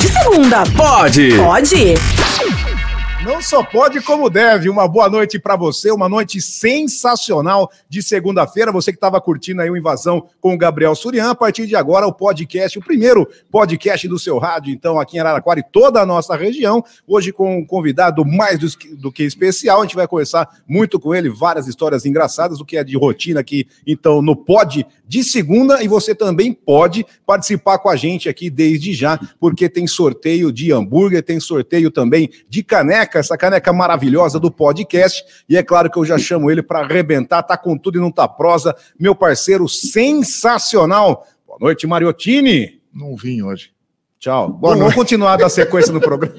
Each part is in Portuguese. segunda. Pode! Pode? Não só pode, como deve. Uma boa noite para você, uma noite sensacional de segunda-feira. Você que estava curtindo aí o Invasão com o Gabriel Surian, a partir de agora o podcast, o primeiro podcast do seu rádio, então, aqui em Araraquara e toda a nossa região. Hoje com um convidado mais dos que- do que especial, a gente vai conversar muito com ele, várias histórias engraçadas, o que é de rotina aqui, então, no Pod de segunda. E você também pode participar com a gente aqui desde já, porque tem sorteio de hambúrguer, tem sorteio também de caneca, essa caneca maravilhosa do podcast. E é claro que eu já chamo ele para arrebentar, tá com tudo e não tá prosa. Meu parceiro sensacional. Boa noite, Mariottini. Não vim hoje. Tchau. Bom, Boa vamos continuar da sequência no programa.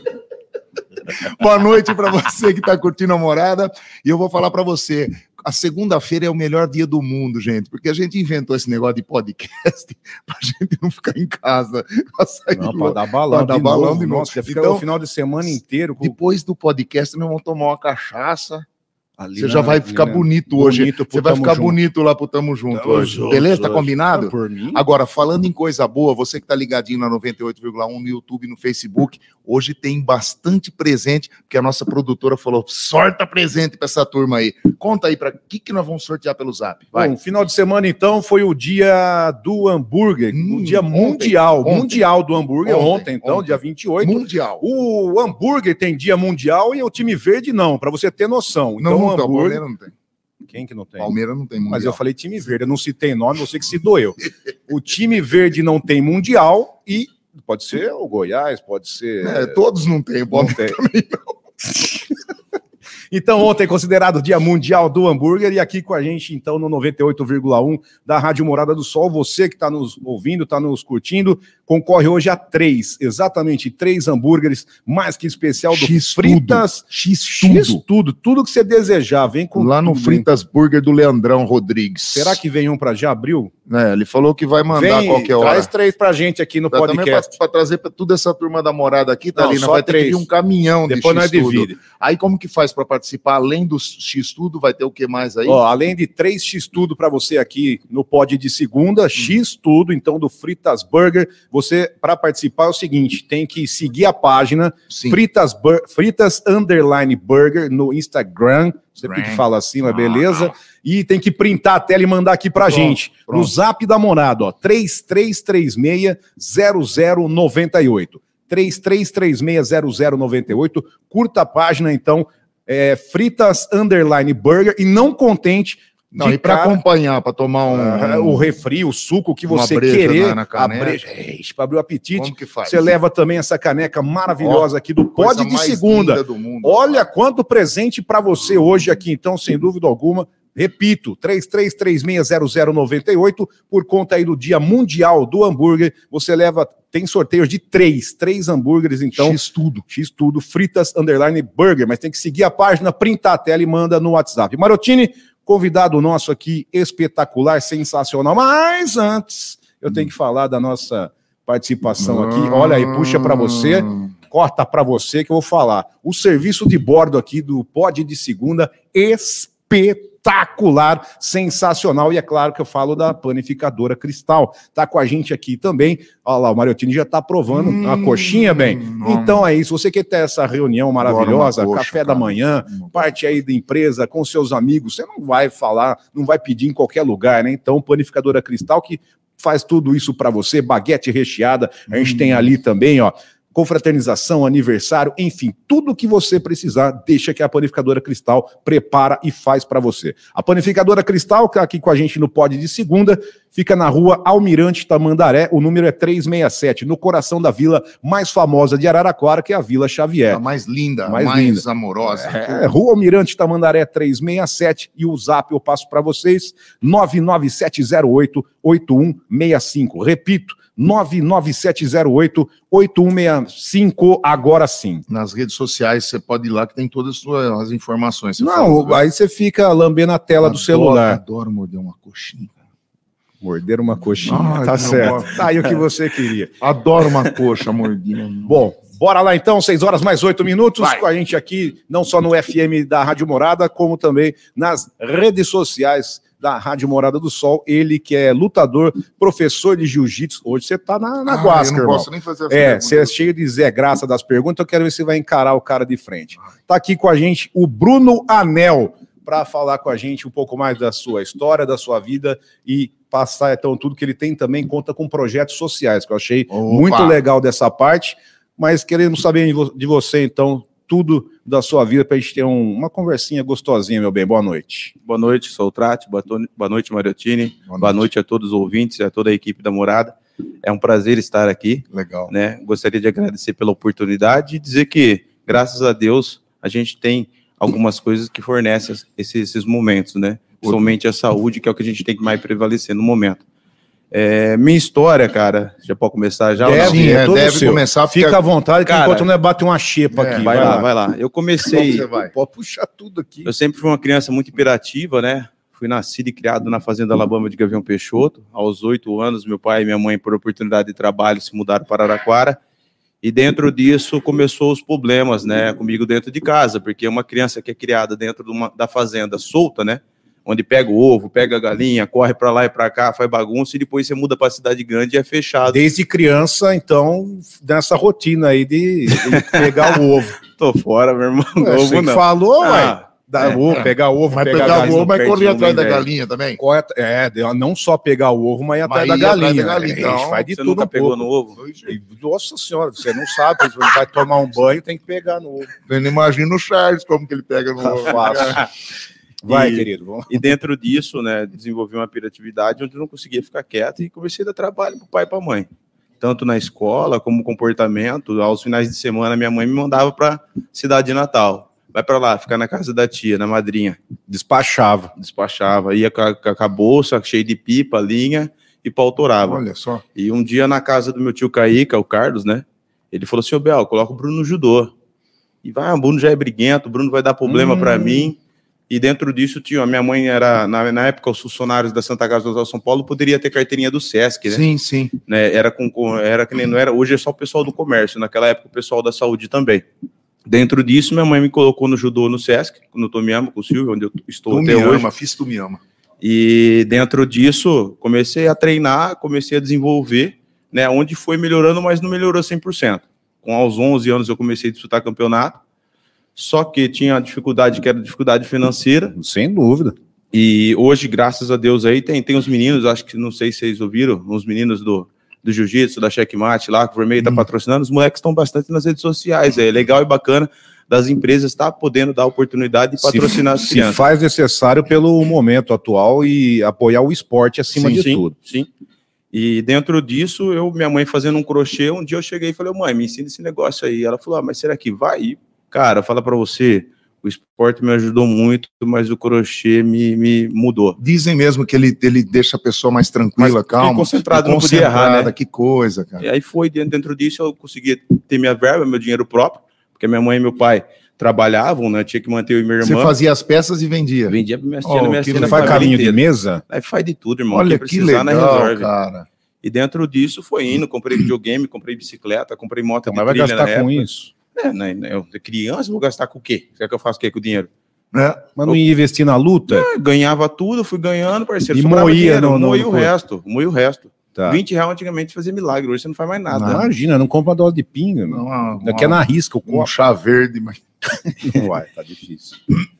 Boa noite para você que está curtindo a morada. E eu vou falar para você: a segunda-feira é o melhor dia do mundo, gente, porque a gente inventou esse negócio de podcast para a gente não ficar em casa. pra sair Não, pra louco. dar balão. Pra dar balão de novo. Nossa, já fica Então, o final de semana inteiro com Depois do podcast, nós vamos tomar uma cachaça. ali Você na- já vai ali ficar na- bonito hoje. Bonito pro Você vai Tamo ficar Junto. bonito lá pro Tamo Junto Tamo hoje. junto Beleza? Tá hoje. combinado? Por mim? Agora, falando em coisa boa, você que está ligadinho na 98,1 no YouTube, no Facebook, hoje tem bastante presente, porque a nossa produtora falou: sorta presente para essa turma aí. Conta aí para que que nós vamos sortear pelo Zap. Vai. Bom, um final de semana, então, foi o dia do hambúrguer, o Hum, dia ontem, mundial, ontem. mundial do hambúrguer, ontem, Ontem, então, ontem. dia 28. Mundial. O hambúrguer tem dia mundial e o time verde não, para você ter noção. Então, não, o não, tem, hambúrguer... Palmeiras não tem. Quem que não tem? Palmeiras não tem mundial. Mas eu falei time verde, eu não citei nome, você que se doeu. O time verde não tem mundial e pode ser o Goiás, pode ser... É, todos não têm. o Não Palmeiras- tem. Então, ontem considerado o Dia Mundial do Hambúrguer e aqui com a gente, então, no 98,1 da Rádio Morada do Sol. Você que está nos ouvindo, está nos curtindo, concorre hoje a três, exatamente três hambúrgueres, mais que especial do X tudo. Fritas. X um X tudo. tudo, tudo que você desejar, vem com Lá no tudo, hein? Fritas Burger do Leandrão Rodrigues. Será que vem um para já abril? É, ele falou que vai mandar a vem, qualquer hora. Traz três pra gente aqui no podcast. Para trazer para toda essa turma da morada aqui, tá Não, ali, nós só vai ter que três. vir um caminhão de Depois nós X-Tudo. divide. Aí como que faz para participar? Além do X tudo, vai ter o que mais aí? Ó, além de 3x tudo para você aqui no pod de segunda, x tudo então do Fritas Burger, você para participar é o seguinte, tem que seguir a página Sim. Fritas Bur- Fritas Underline Burger no Instagram, você Grand. que fala assim, mas Ah. beleza? E tem que printar a tela e mandar aqui pra Pronto, gente no pronto. Zap da Morada, ó, 33360098. 33360098. Curta a página então é, Fritas Underline Burger e não contente Não, de e para cara, acompanhar, para tomar ah, um o refri, o suco que Uma você breja né, querer, na- na caneca. para abrir o apetite. como que faz? Você leva também essa caneca maravilhosa aqui do Coisa Pod de mais segunda. linda do mundo. Olha quanto presente para você hoje aqui, então, sem dúvida alguma. Repito, 33360098, por conta aí do Dia Mundial do Hambúrguer, você leva, tem sorteios de três, três hambúrgueres, então, X tudo. X tudo, fritas, underline, burger, mas tem que seguir a página, printar a tela e manda no WhatsApp. Marotini, convidado nosso aqui, espetacular, sensacional, mas antes, eu tenho que falar da nossa participação aqui, Ah. olha aí, puxa para você, corta para você que eu vou falar. O serviço de bordo aqui do Pod de Segunda, espetacular, sensacional. E é claro que eu falo da panificadora Cristal. Tá com a gente aqui também. Olha lá, o Mariotini já tá provando Hum, a coxinha, bem. hum. Então é isso. Você quer ter essa reunião maravilhosa, Bora uma coxa, café da cara. manhã, parte aí da empresa com seus amigos. Você não vai falar, não vai pedir em qualquer lugar, né? Então, panificadora Cristal que faz tudo isso para você, baguete recheada. A gente Hum. tem ali também, ó, confraternização, aniversário, enfim, tudo o que você precisar, deixa que a panificadora Cristal prepara e faz para você. A panificadora Cristal, que tá aqui com a gente no pod de segunda, fica na rua Almirante Tamandaré, o número é 367, no coração da vila mais famosa de Araraquara, que é a Vila Xavier. A mais linda, a Mais mais, linda. amorosa. É, Rua Almirante Tamandaré 367 e o zap eu passo para vocês 99708-8165. Repito, 99708-8165, agora sim. Nas redes sociais, você pode ir lá que tem todas as suas as informações. Você Não, fala, aí você fica lambendo a tela do adoro- celular. Adoro morder uma coxinha. né? Morder uma coxinha, Ai, tá meu certo. amor. Tá aí o que você queria. Adoro uma coxa mordida. Bom, bora lá então, 6 horas mais 8 minutos, Vai. com a gente aqui, não só no FM da Rádio Morada, como também nas redes sociais da Rádio Morada do Sol. Ele que é lutador, professor de jiu-jitsu. Hoje você tá na, na Ah, guasca, eu não irmão. posso nem fazer essa É, pergunta. você é cheio de Zé Graça das perguntas, eu quero ver se vai encarar o cara de frente. Tá aqui com a gente o Bruno Anel para falar com a gente um pouco mais da sua história, da sua vida e passar então tudo que ele tem também conta com projetos sociais, que eu achei Opa. muito legal dessa parte, mas querendo saber de vo- de você então tudo da sua vida para a gente ter um- uma conversinha gostosinha, meu bem. Boa noite. Boa noite, sou o Trate. Boa, to- boa noite, Mariotini. Boa Boa, noite a todos os ouvintes e a toda a equipe da Morada. É um prazer estar aqui, Legal. né? Gostaria de agradecer pela oportunidade e dizer que, graças a Deus, a gente tem algumas coisas que fornecem esses, esses momentos, né? Principalmente a saúde, que é o que a gente tem que mais prevalecer no momento. É, minha história, cara, já pode começar já? ou Deve, não? Sim, é é, todo deve seu. começar porque Fica à vontade, que Cara, enquanto não é bater uma xepa é, aqui. Vai lá, vai lá. Eu Como comecei, você vai? Pode puxar tudo aqui. Eu sempre fui uma criança muito imperativa, né? Fui nascido e criado na fazenda Alabama de Gavião Peixoto. Aos oito anos, meu pai e minha mãe, por oportunidade de trabalho, se mudaram para Araraquara. E dentro disso começou os problemas, né? Comigo dentro de casa, porque uma criança que é criada dentro de uma- da fazenda solta, né? Onde pega o ovo, pega a galinha, corre para lá e para cá, faz bagunça e depois você muda para a cidade grande e é fechado. Desde criança, então, nessa rotina aí de, de pegar o ovo. Tô fora, meu irmão. é Ué, assim ovo você que não. falou, ué. Ah, Dá é. ovo, pegar ovo, vai pegar, pegar gás o no ovo, vai pé correr de uma, atrás da hein, velho? galinha também. Corta- É, de- não só pegar o ovo, mas ir atrás Mas da ir atrás da galinha. galinha, É, então. a gente faz de Você tudo nunca um pegou pouco. no ovo? E, Nossa senhora, você não sabe, você vai tomar um banho, tem que pegar no ovo. Eu não imagino o Charles como que ele pega no Tá ovo. fácil. Vai, E- querido. vamos lá. E dentro disso, né, desenvolvi uma piratividade onde eu não conseguia ficar quieto e comecei a dar trabalho pro pai e pra mãe. Tanto na escola, como comportamento. Aos finais de semana, minha mãe me mandava pra cidade de Natal. Vai pra lá, ficar na casa da tia, na madrinha. Despachava. Despachava, ia com a, com a bolsa cheia de pipa, linha e pautorava. Olha só. E um dia na casa do meu tio Caíca, o Carlos, né? Ele falou assim: Ô Bel, coloca o Bruno no judô. E vai, ah, o Bruno já é briguento, o Bruno vai dar problema Hum. pra mim. E dentro disso, tio, a minha mãe era, na, na época, os funcionários da Santa Casa do Hotel São Paulo poderia ter carteirinha do SESC, né? Sim, sim. né? Era com, com- era que nem não era, hoje é só o pessoal do comércio, naquela época o pessoal da saúde também. Dentro disso, minha mãe me colocou no judô no SESC, no Tomiama, com o Silvio, onde eu estou Tu me até hoje. ama, fiz tu me ama. E dentro disso, comecei a treinar, comecei a desenvolver, né? Onde foi melhorando, mas não melhorou 100%. Com aos 11 anos eu comecei a disputar campeonato. Só que tinha a dificuldade, que era dificuldade financeira. Sem dúvida. E hoje, graças a Deus, aí tem, tem os meninos, acho que não sei se vocês ouviram, os meninos do, do Jiu-Jitsu, da Checkmate lá, que o Vermelho está Hum. patrocinando, os moleques estão bastante nas redes sociais. É legal e bacana das empresas estar podendo dar oportunidade de patrocinar as se, se crianças. faz necessário pelo momento atual e apoiar o esporte acima sim, de sim, tudo. Sim. E dentro disso, eu, minha mãe fazendo um crochê, um dia eu cheguei e falei, mãe, me ensina esse negócio aí. Ela falou, ah, mas será que vai? E, cara, fala pra você, o esporte me ajudou muito, mas o crochê me, me mudou. Dizem mesmo que ele, ele deixa a pessoa mais tranquila, Mas calma. fiquei concentrado, não podia errar, Concentrada, né? Que coisa, cara. E aí foi, dentro, dentro disso, eu consegui ter minha verba, meu dinheiro próprio, porque minha mãe e meu pai trabalhavam, né? Tinha que manter eu e minha Você irmã. fazia as peças e vendia. Vendia pra minha Oh, tia, minha que tia, legal. Não na faz família caminho de inteira. mesa? Aí faz de tudo, irmão. Olha Quem que precisar, nós legal, resolve. cara. E dentro disso foi indo, comprei videogame, comprei bicicleta, comprei moto de Então, Mas vai trilha Então, na gastar com época. isso? É, né, né, eu, criança, vou gastar com o quê? Será que eu faço o quê com o dinheiro? É. Mas não ia investir na luta? Ah, Ganhava tudo, fui ganhando, parceiro. E sobrava moía dinheiro, no- no- moía no o corpo. resto, moía o resto. Tá. 20 reais antigamente fazia milagre, hoje você não faz mais nada. Não, Imagina, não compra uma dose de pinga. Não. Uma, uma, Daqui é na risca, o Um copo chá verde, mas não vai, tá difícil.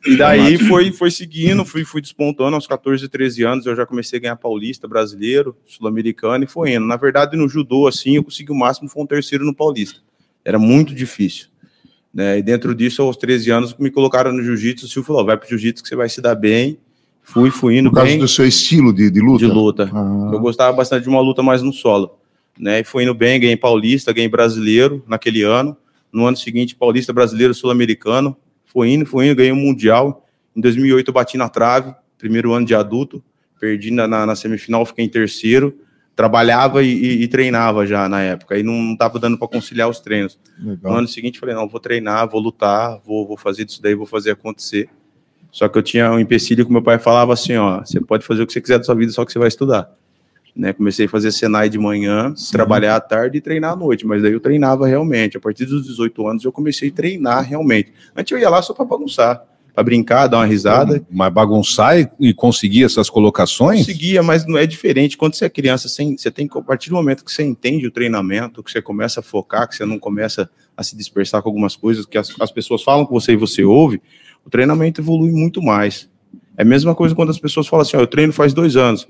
E daí foi, foi seguindo, fui, fui despontando aos 14, 13 anos, eu já comecei a ganhar paulista, brasileiro, sul-americano e foi indo. Na verdade, no judô, assim, eu consegui o máximo, foi um terceiro no paulista. Era muito difícil. Né? E dentro disso, aos 13 anos, me colocaram no jiu-jitsu, o Silvio falou, vai pro jiu-jitsu que você vai se dar bem. Fui, fui indo por causa bem do seu estilo de, de luta. de luta. Ah, Eu gostava bastante de uma luta mais no solo. Né? E foi indo bem, ganhei paulista, ganhei brasileiro naquele ano. No ano seguinte, paulista, brasileiro, sul-americano. Foi indo, foi indo, ganhei o mundial. Em 2008, eu bati na trave, primeiro ano de adulto. Perdi na, na- na semifinal, fiquei em terceiro. Trabalhava e, e- e treinava já na época. E não estava dando para conciliar os treinos. No legal. ano seguinte, falei: não, vou treinar, vou lutar, vou, vou fazer disso daí, vou fazer acontecer. Só que eu tinha um empecilho que meu pai falava assim: ó, você pode fazer o que você quiser da sua vida, só que você vai estudar. Né? Comecei a fazer Senai de manhã, trabalhar à tarde e treinar à noite, mas daí eu treinava realmente. A partir dos 18 anos eu comecei a treinar realmente. Antes eu ia lá só para bagunçar. para brincar, dar uma risada. Mas bagunçar e, e conseguir essas colocações? Conseguia, mas não é diferente. Quando você é criança, você, você tem que, a partir do momento que você entende o treinamento, que você começa a focar, que você não começa a se dispersar com algumas coisas que as, as pessoas falam com você e você ouve, o treinamento evolui muito mais. É a mesma coisa quando as pessoas falam assim: ó, eu treino faz dois anos.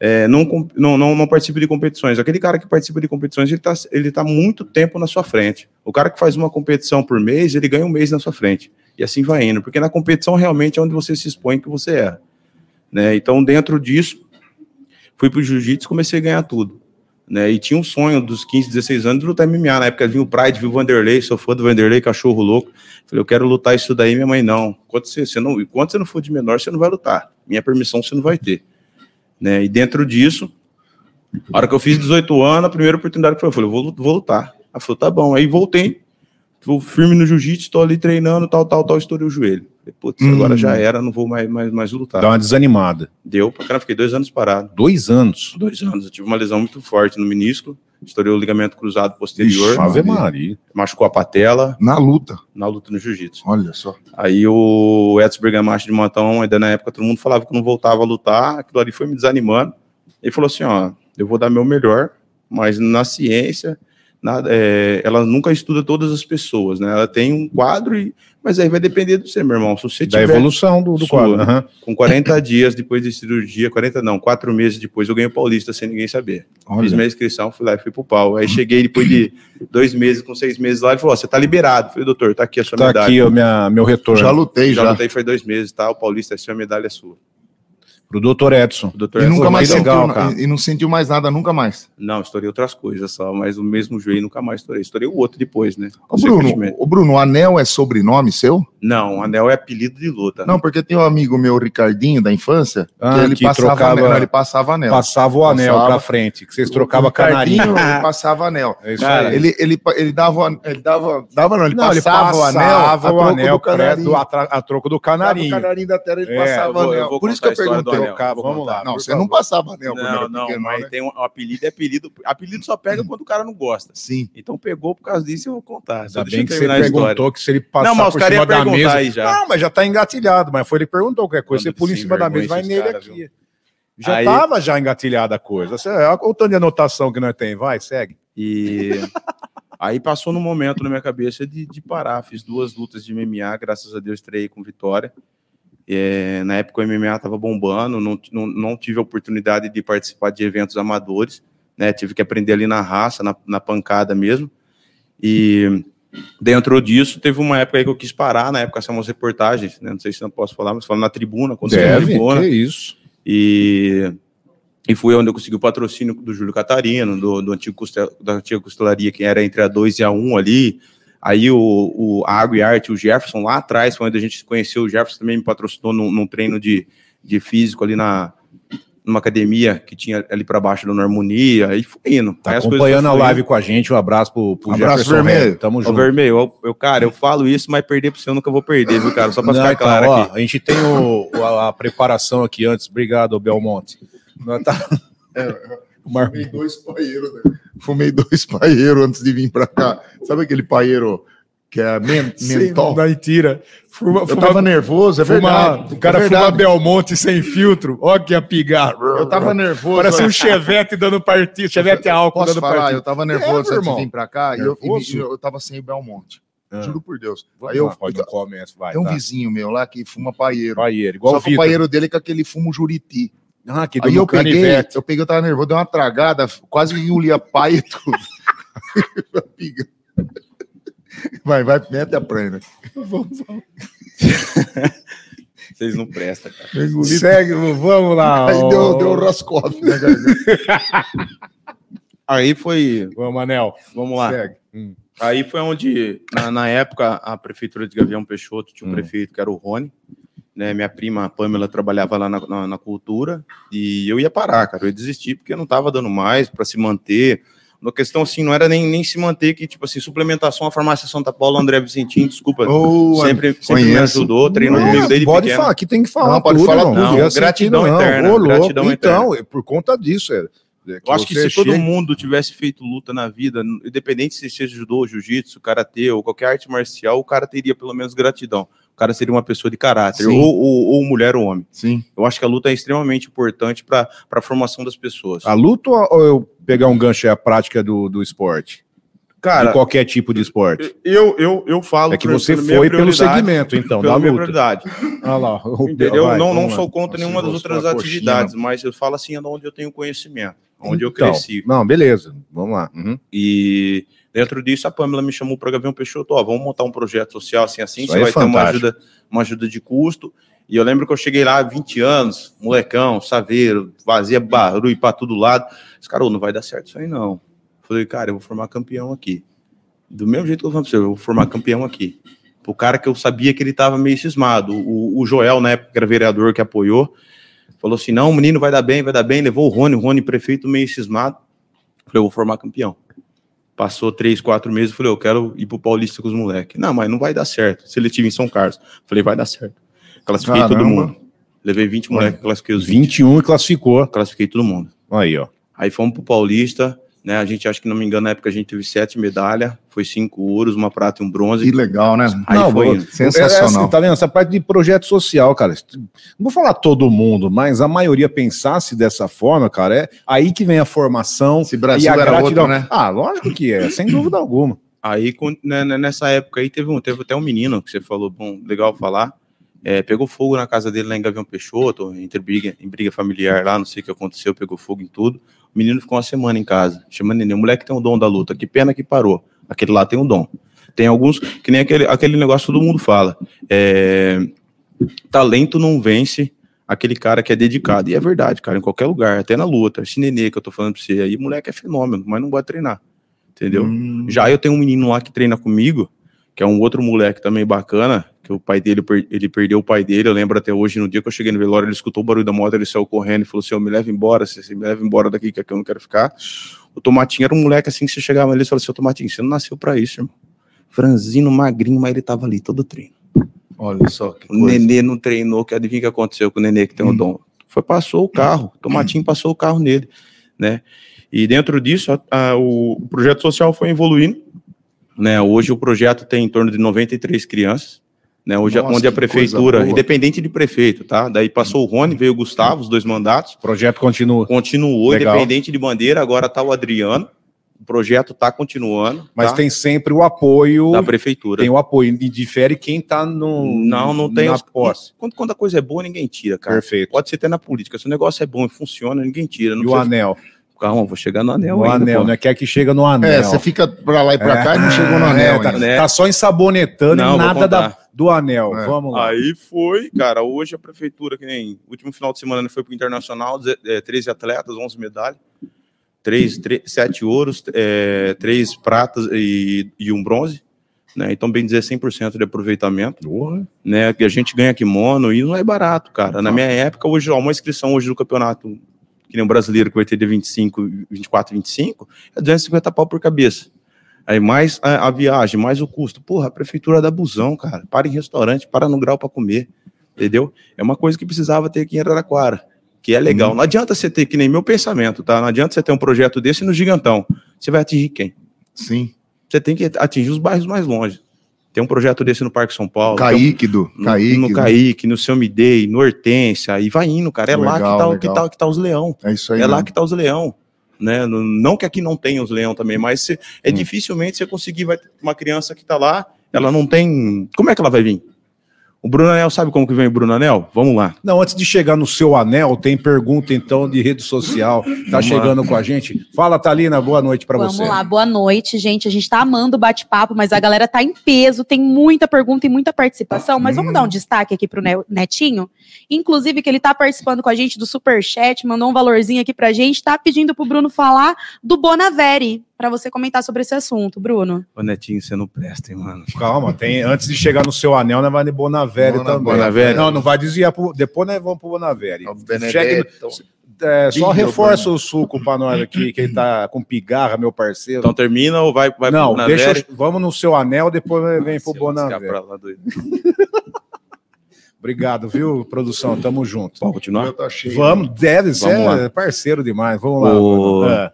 É, não, com- não, não, não participo de competições. Aquele cara que participa de competições, ele está ele tá muito tempo na sua frente. O cara que faz uma competição por mês, ele ganha um mês na sua frente. E assim vai indo, porque na competição realmente é onde você se expõe que você é. erra. Né? Então, dentro disso, fui pro jiu-jitsu e comecei a ganhar tudo. Né? E tinha um sonho dos 15, 16 anos de lutar MMA. Na época vinha o Pride, vinha o Vanderlei, sou fã do Vanderlei, cachorro louco. Falei, eu quero lutar isso daí, minha mãe, não. Enquanto você, você não, enquanto você não for de menor, você não vai lutar. Minha permissão você não vai ter né? E dentro disso, a hora que eu fiz 18 anos, a primeira oportunidade que foi, eu falei, eu vou, vou lutar. Ela falou, tá bom. Aí voltei, tô firme no jiu-jitsu, tô ali treinando, tal, tal, tal, estourei o joelho. Falei, putz, Hum. agora já era, não vou mais, mais, mais lutar. Dá uma desanimada. Deu, pra caramba, fiquei dois anos parado. Dois anos. Dois anos, eu tive uma lesão muito forte no menisco, estourei o ligamento cruzado posterior, Ixi, Ave Maria. machucou a patela Na luta, na luta no jiu-jitsu. olha só. Aí o Edson Bergamacho de Montão, ainda na época todo mundo falava que eu não voltava a lutar, aquilo ali foi me desanimando. Ele falou assim, ó, eu vou dar meu melhor, mas na ciência, nada, é, ela nunca estuda todas as pessoas, né? Ela tem um quadro, e, mas aí vai depender do você, meu irmão. Se você Da tiver evolução do, do Sua, quadro. né? aham. com 40 dias depois de cirurgia, 40 não, 4 meses depois, eu ganhei o Paulista sem ninguém saber. Fiz Olha. minha inscrição, fui lá e fui pro pau. Aí cheguei depois de dois meses, com seis meses lá, ele falou, ó, você tá liberado. Falei, doutor, tá aqui a sua Tá medalha. aqui ó, minha, meu retorno. Já lutei, Já já. lutei faz dois meses, tá? O Paulista é sua, a medalha é sua. Pro doutor Edson. O doutor E é nunca só- mais bem sentiu, legal, cara. e, e não sentiu mais nada, nunca mais. Não, estourei outras coisas só, mas o mesmo joelho nunca mais estourei. Estourei o outro depois, né? Ô, Bruno, Consequentemente. o Bruno, o anel é sobrenome seu? Não, anel é apelido de luta. Não, porque tem um amigo meu, Ricardinho, da infância, Ah, que ele que passava trocava- anel. Não, ele passava anel. Passava o anel Passava. pra frente, que vocês trocavam O Ricardinho, canarinho. Ele passava anel. É isso Cara, aí. Ele, ele, ele dava, o an- ele dava, dava não, ele Não, ele passava o anel, passava o troco anel do canarinho. credo, a, tra- a troco do Canarinho. canarinho. canarinho da terra, ele É, passava eu vou- eu anel. vou Por isso contar que eu a história do perguntei. anel. Cara, vou vamos contar. lá. Não, por você não favor. passava anel quando não, era não, é pequeno, mas né? tem um apelido, é apelido. Apelido só pega quando o cara não gosta. Sim. Então pegou por causa disso eu vou contar. Só Ainda bem eu que você terminar a perguntou história. que se ele Não, passar mas os por caras cima iam da perguntar mesa... aí já. Não, mas já tá engatilhado, mas foi ele que perguntou qualquer coisa, Quando você pula em sem cima da mesa, vai vergonha nele esses aqui. cara, Já Aí- tá tava já engatilhada a coisa. Você- Olha o tanto de anotação que nós tem, vai, segue. E aí passou num momento na minha cabeça de, de parar. Fiz duas lutas de MMA, graças a Deus treinei com vitória. É, na época o MMA estava bombando, não, não, não tive a oportunidade de participar de eventos amadores, né? Tive que aprender ali na raça, na, na pancada mesmo. E dentro disso, teve uma época aí que eu quis parar, na época são umas reportagens, né, não sei se não posso falar, mas falando na tribuna, quando você na tribuna. isso. E, e foi onde eu consegui o patrocínio do Júlio Catarino, do, do antigo costel- da antiga costelaria, que era entre a 2 e a 1 um ali. Aí o, o a Água e Arte, o Jefferson, lá atrás, foi onde a gente se conheceu. O Jefferson também me patrocinou num, num treino de, de físico ali na numa academia que tinha ali para baixo da Harmonia. E foi indo. Tá Aí as coisas acompanhando a foram fluindo. live com a gente, um abraço pro, pro Abraço vermelho. Herrero, Tamo Ô, junto. Vermelho, eu, eu, cara, eu falo isso, mas perder pro seu eu nunca vou perder, viu, cara? Só pra Não, ficar então, claro ó, aqui. A gente tem o, o- a, a preparação aqui antes. Obrigado, ô Belmonte. Nós tá- É, O Mar- Fumei dois paeiros, né? Fumei dois paeiros antes de vir pra cá. Sabe aquele paeiro que é men- mentol? Sim, mentira. Fuma, Eu fuma- tava nervoso, é fuma- verdade. o cara é fuma verdade. Belmonte sem filtro. Ó que ia pigar. Eu tava nervoso. Parece um olha. chevette dando partido. Chevette é álcool Posso dando falar? partido. Eu tava nervoso É, antes de irmão. vir pra cá e eu, e Nervoso? me- eu tava sem o Belmonte. Ah, Juro por Deus. vamos Aí eu, lá, pode, não começa, vai. tem um tá. vizinho meu lá que fuma paeiro. Paeiro, igual Só o que o Vitor. paeiro dele é com aquele fumo juriti. Ah, que Aí do eu peguei, canivete. eu peguei, eu tava nervoso, dei uma tragada, quase engoli a pai e tudo. vai, vai, mete a prenda. Vocês não prestam, cara. Eu engoli, Segue, vamos lá. aí ô- deu, deu um rascoff. na é garganta. Aí foi. Vamos, Anel. Vamos lá. Segue. Aí foi onde, na, na época, a prefeitura de Gavião Peixoto tinha um Hum. prefeito que era o Rony. Né, minha prima, a Pamela, trabalhava lá na, na- na cultura e eu ia parar, cara. Eu ia desistir porque eu não tava dando mais para se manter. Uma questão assim, não era nem, nem se manter, que tipo assim, suplementação, a farmácia Santa Paula, André Vicentim, desculpa, Ô, sempre, sempre me conheço. ajudou, treinou comigo desde É, pode pequeno. falar, aqui tem que falar. Não, pode falar irmão. tudo. Não, Não, é gratidão sentido, eterna, Ô, louco, gratidão então, é por conta disso. É, é Eu acho que você se todo chega- mundo tivesse feito luta na vida, n- independente se seja judô, jiu-jitsu, karatê ou qualquer arte marcial, o cara teria pelo menos gratidão. cara seria uma pessoa de caráter, Sim. ou, ou- ou mulher ou homem. Sim. Eu acho que a luta é extremamente importante para a formação das pessoas. A luta ou ou eu pegar um gancho é a prática do, do esporte? de Cara, qualquer tipo de esporte. eu, eu, eu falo É que por- você pela minha foi pelo prioridade, segmento, então, pela da minha luta. prioridade. Ah lá, o- Entendeu? vai, não não vamos lá. Assim, sou contra Nossa, nenhuma das eu gosto outras da coxinha, atividades, mas eu falo assim, onde eu tenho conhecimento, onde eu Então, cresci. Não, beleza. Vamos lá. Uhum. E dentro disso, a Pamela me chamou para Gavião Peixoto, ó, vamos montar um projeto social assim, assim, Isso você aí é vai ter uma fantástico. ajuda, uma ajuda de custo. E eu lembro que eu cheguei lá há 20 anos, molecão, saveiro, fazia barulho para todo lado. Os cara, ô, não vai dar certo isso aí não. Eu falei, cara, eu vou formar campeão aqui. Do mesmo jeito que eu falo pra você, eu vou formar campeão aqui. O cara que eu sabia que ele tava meio cismado, o, o Joel, na época, que era vereador que apoiou, falou assim: não, o menino vai dar bem, vai dar bem. Levou o Rony, o Rony, prefeito, meio cismado. Falei, eu vou formar campeão. Passou três, quatro meses, falei, eu quero ir pro Paulista com os moleques. Não, mas não vai dar certo. Seletivo em São Carlos. Falei, vai dar certo. Classifiquei todo Caramba. mundo. Levei 20 moleques, classifiquei os um 20. 21 e classificou. Classifiquei todo mundo. Aí, ó. Aí fomos pro Paulista, né? A gente, acho que não me engano, na época a gente teve sete medalhas. Foi cinco ouros, uma prata e um Que bronze. legal, né? Aí Não, foi vou- indo. Sensacional. Essa, tá vendo? Essa parte de projeto social, cara. Não vou falar todo mundo, mas a maioria pensasse dessa forma, cara, é aí que vem a formação. Se Brasil e a era gratidão. outro, né? Ah, lógico que é, sem dúvida alguma. Aí, com- né, né, nessa época aí, teve, um, teve até um menino que você falou, bom, legal falar. é, pegou fogo na casa dele lá em Gavião Peixoto, entre briga, em briga familiar lá, não sei o que aconteceu, pegou fogo em tudo. O menino ficou uma semana em casa, chamando ele. O moleque tem o dom da luta, que pena que parou. Aquele lá tem um dom. Tem alguns, que nem aquele, aquele negócio que todo mundo fala. é, talento não vence aquele cara que é dedicado. E é verdade, cara, em qualquer lugar, até na luta. Esse nenê que eu tô falando pra você aí, o moleque é fenômeno, mas não vai treinar. Entendeu? Hum, Já eu tenho um menino lá que treina comigo, que é um outro moleque também bacana, que o pai dele, per- ele perdeu o pai dele, eu lembro até hoje, no dia que eu cheguei no velório, ele escutou o barulho da moto, ele saiu correndo e falou assim, "Ô, me leva embora, você, você me leva embora daqui, que aqui eu não quero ficar. O Tomatinho era um moleque assim, que você chegava nele e falava assim, "Ô, Tomatinho, você não nasceu pra isso, irmão. Franzino, magrinho, mas ele tava ali todo treino. Olha só que O coisa. Nenê não treinou, que adivinha o que aconteceu com o Nenê, que Hum. tem o dom. Foi, passou o carro, o Tomatinho passou o carro nele, né? E dentro disso, a- a- o, o projeto social foi evoluindo, né? Hoje o projeto tem em torno de 93 crianças, né? Hoje, Nossa, onde a que coisa prefeitura, boa. independente de prefeito, tá? Daí passou o Rony, veio o Gustavo, os dois mandatos, O projeto continua. continuou, Legal. independente de bandeira, agora tá o Adriano, o projeto tá continuando, Mas tá? tem sempre o apoio. da prefeitura. Tem o apoio. E difere quem tá no. Não, não tem na os- posse. Quando, quando a coisa é boa, ninguém tira, cara. Perfeito. Pode ser até na política. Se o negócio é bom e funciona, ninguém tira. Não E o precisa... anel. Calma, vou chegar no anel. o ainda, anel, pô. não é que é que chega no anel. É, você fica pra lá e pra cá e não chegou no Ah, anel. é, tá, ainda. ainda. tá só ensabonetando Não, e vou nada contar. da- do anel. É. Vamos lá. Aí foi, cara. Hoje a prefeitura, que nem último final de semana foi pro Internacional, deze- eh, 13 atletas, 11 medalhas, 3, 7 ouros, 3 pratas e, e um bronze. Né? Então, bem dizer, 100% de aproveitamento. Né? Que a gente ganha kimono e não é barato, cara. Na minha época, hoje, ó, uma inscrição hoje do campeonato, que nem o brasileiro, que vai ter de 25, 24, 25, é 250 pau por cabeça. Aí mais a, a viagem, mais o custo. Porra, a prefeitura dá busão, cara. Para em restaurante, para no grau para comer. Entendeu? É uma coisa que precisava ter aqui em Araraquara, que é legal. Não adianta você ter, que nem meu pensamento, tá? Não adianta você ter um projeto desse no gigantão. Você vai atingir quem? Sim. Você tem que atingir os bairros mais longe. Tem um projeto desse no Parque São então, Paulo. tem um- Caíque do. no- Caíque. né? no do- Caíque, no Seu Midei, no Hortência, e vai indo, cara. É Legal, lá que tá, legal. que tá, que tá os leão. É isso aí. É lá mesmo. que tá os leão. Né? Não- Não que aqui não tenha os leão também, mas cê- Hum. é dificilmente você conseguir. Vai, uma criança que tá lá, ela não tem. Como é que ela vai vir? O Bruno Anel sabe como que vem o Bruno Anel? Vamos lá. Não, antes de chegar no seu anel, tem pergunta então de rede social. Tá lá. chegando com a gente. Fala, Thalina, boa noite pra Vamos você. lá, boa noite, gente. A gente tá amando o bate-papo, mas a galera tá em peso, tem muita pergunta e muita participação. Mas Hum. vamos dar um destaque aqui pro Ne- Netinho. Inclusive, que ele tá participando com a gente do Superchat, mandou um valorzinho aqui pra gente, tá pedindo pro Bruno falar do Bonaveri, pra você comentar sobre esse assunto, Bruno. Ô Netinho, você não presta, hein, mano? Calma, tem antes de chegar no seu anel, nós vamos de Bonavéria Bona- também. Bonavéria. Não, não vai desviar. Pro, depois nós vamos pro Bonavéria. É O Benedetto. É, só Ih, reforça o suco pra nós aqui, que ele tá com pigarra, meu parceiro. Então termina ou vai, vai não, pro é deixa Bonavéria? eu, vamos no seu anel, depois nós vem pro Seu descabra Bonavéria. lá do- Obrigado, viu, produção? Tamo junto. Pode continuar? Tá cheio. Vamos, deve ser Vamos parceiro demais. Vamos lá. Ô, Bruno. É.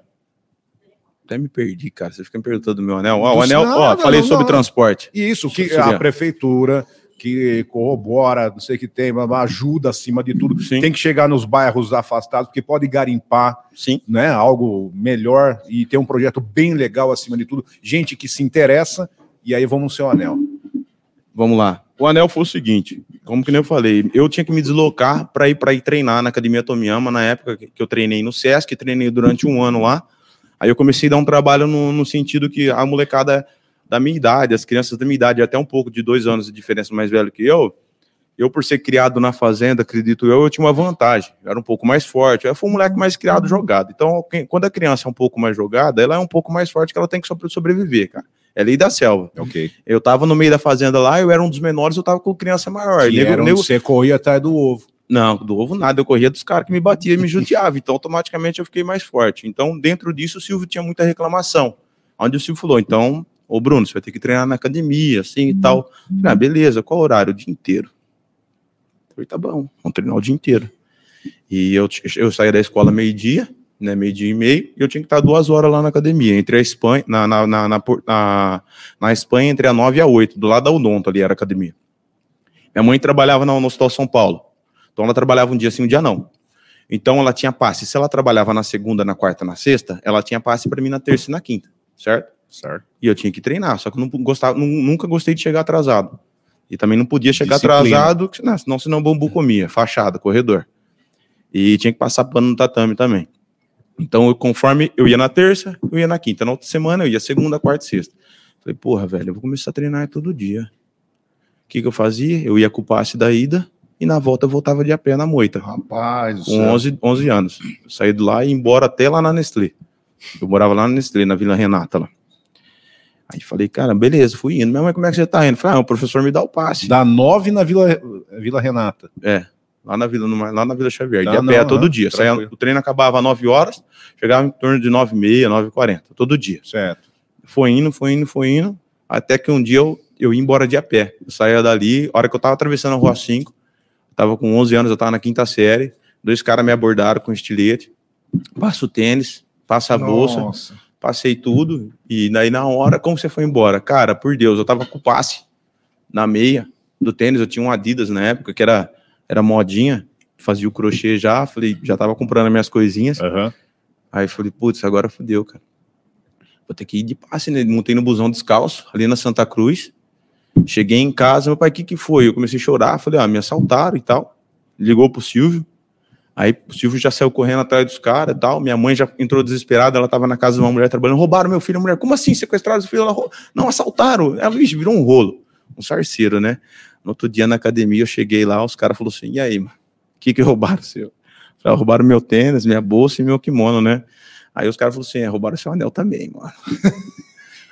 Até me perdi, cara. Você fica me perguntando do meu anel. Ó, o Do anel, seu- ó, não, falei não, sobre não. transporte. E isso que Seria. a prefeitura que corrobora, não sei o que tem, mas ajuda acima de tudo. Sim. Tem que chegar nos bairros afastados, porque pode garimpar Sim. né, algo melhor e ter um projeto bem legal acima de tudo, gente que se interessa, e aí vamos ser o anel. Vamos lá. O anel foi o seguinte, como que nem eu falei, eu tinha que me deslocar para ir para ir treinar na academia Tomiyama na época que que eu treinei no SESC, treinei durante um ano lá. Aí eu comecei a dar um trabalho no, no sentido que a molecada da minha idade, as crianças da minha idade, até um pouco de dois anos de diferença mais velho que eu, eu por ser criado na fazenda, acredito eu, eu tinha uma vantagem. Eu era um pouco mais forte. Eu fui um moleque mais criado jogado. Então, quem- quando a criança é um pouco mais jogada, ela é um pouco mais forte que ela tem que sobre- sobreviver, cara. É lei da selva. Ok. Eu tava no meio da fazenda lá, eu era um dos menores, eu tava com criança maior. Que Nego- era um onde nego- você corria atrás do ovo. Não, do ovo nada, eu corria dos caras que me batiam e me judiavam, então automaticamente eu fiquei mais forte. Então, dentro disso, o Silvio tinha muita reclamação. Onde o Silvio falou, então, ô Bruno, você vai ter que treinar na academia, assim e tal. Uhum. Eu falei, ah, beleza, qual horário? O dia inteiro. Eu falei, tá bom, vamos treinar o dia inteiro. E eu, t- eu saía da escola meio-dia, né, meio-dia e meio, e eu tinha que estar duas horas lá na academia, entre a Espanha, na, na, na, na, por- na- na Espanha, entre a 9 e a 8, do lado da Odonto ali era a academia. Minha mãe trabalhava no, no Hospital São Paulo, então ela trabalhava um dia sim, um dia não. Então ela tinha passe, se ela trabalhava na segunda, na quarta, na sexta, ela tinha passe para mim na terça e na quinta, certo? Certo. E eu tinha que treinar, só que eu não gostava, nu- nunca gostei de chegar atrasado. E também não podia chegar Disciplina. atrasado, que- não, senão, senão o bambu comia, fachada, corredor. E tinha que passar pano no tatame também. Então, eu, conforme eu ia na terça, eu ia na quinta. Na outra semana, eu ia segunda, quarta e sexta. Falei, porra, velho, eu vou começar a treinar todo dia. O que, que eu fazia? Eu ia com o passe da ida e na volta eu voltava de a pé na moita Rapaz, do com céu. 11, 11 anos. Eu saí de lá e ia embora até lá na Nestlé. Eu morava lá na Nestlé, na Vila Renata lá. Aí falei, cara, beleza, fui indo. Minha mãe, como é que você tá indo? Falei, ah, o professor me dá o passe. Da nove na Vila, Vila Renata. É, lá na Vila, numa- lá na Vila Xavier, Tá, de a não, pé todo aham, dia. Saía- tranquilo. o treino acabava às 9 horas, chegava em torno de 9 e meia, 9 e 40, todo dia. Certo. Foi indo, foi indo, foi indo, até que um dia eu, eu ia embora de a pé. Eu saía dali, a hora que eu tava atravessando a Rua 5, eu tava com 11 anos, eu tava na quinta série, dois caras me abordaram com estilete, passa o tênis, passa a bolsa, Nossa. passei tudo, e daí na hora, como você foi embora? Cara, por Deus, eu tava com o passe na meia do tênis, eu tinha um Adidas na época, que era, era modinha, fazia o crochê já, falei, já tava comprando as minhas coisinhas, Aí eu falei, putz, agora fodeu, cara. Vou ter que ir de passe, né? Montei no busão descalço, ali na Santa Cruz. Cheguei em casa, meu pai, o que que foi? Eu comecei a chorar, falei, ah, me assaltaram e tal. Ligou pro Silvio. Aí o Silvio já saiu correndo atrás dos caras e tal. Minha mãe já entrou desesperada, ela tava na casa de uma mulher trabalhando. Roubaram meu filho, a mulher, como assim? Sequestraram o filho? Ela, "Rou- não, assaltaram. Ela, vixe, virou um rolo. Um sarceiro, né? No outro dia na academia, eu cheguei lá, os caras falaram assim, e aí, mano? O que que roubaram seu? Falei, "Ah, roubaram meu tênis, minha bolsa e meu kimono, né? Aí os caras falaram assim: é, roubaram seu anel também, mano.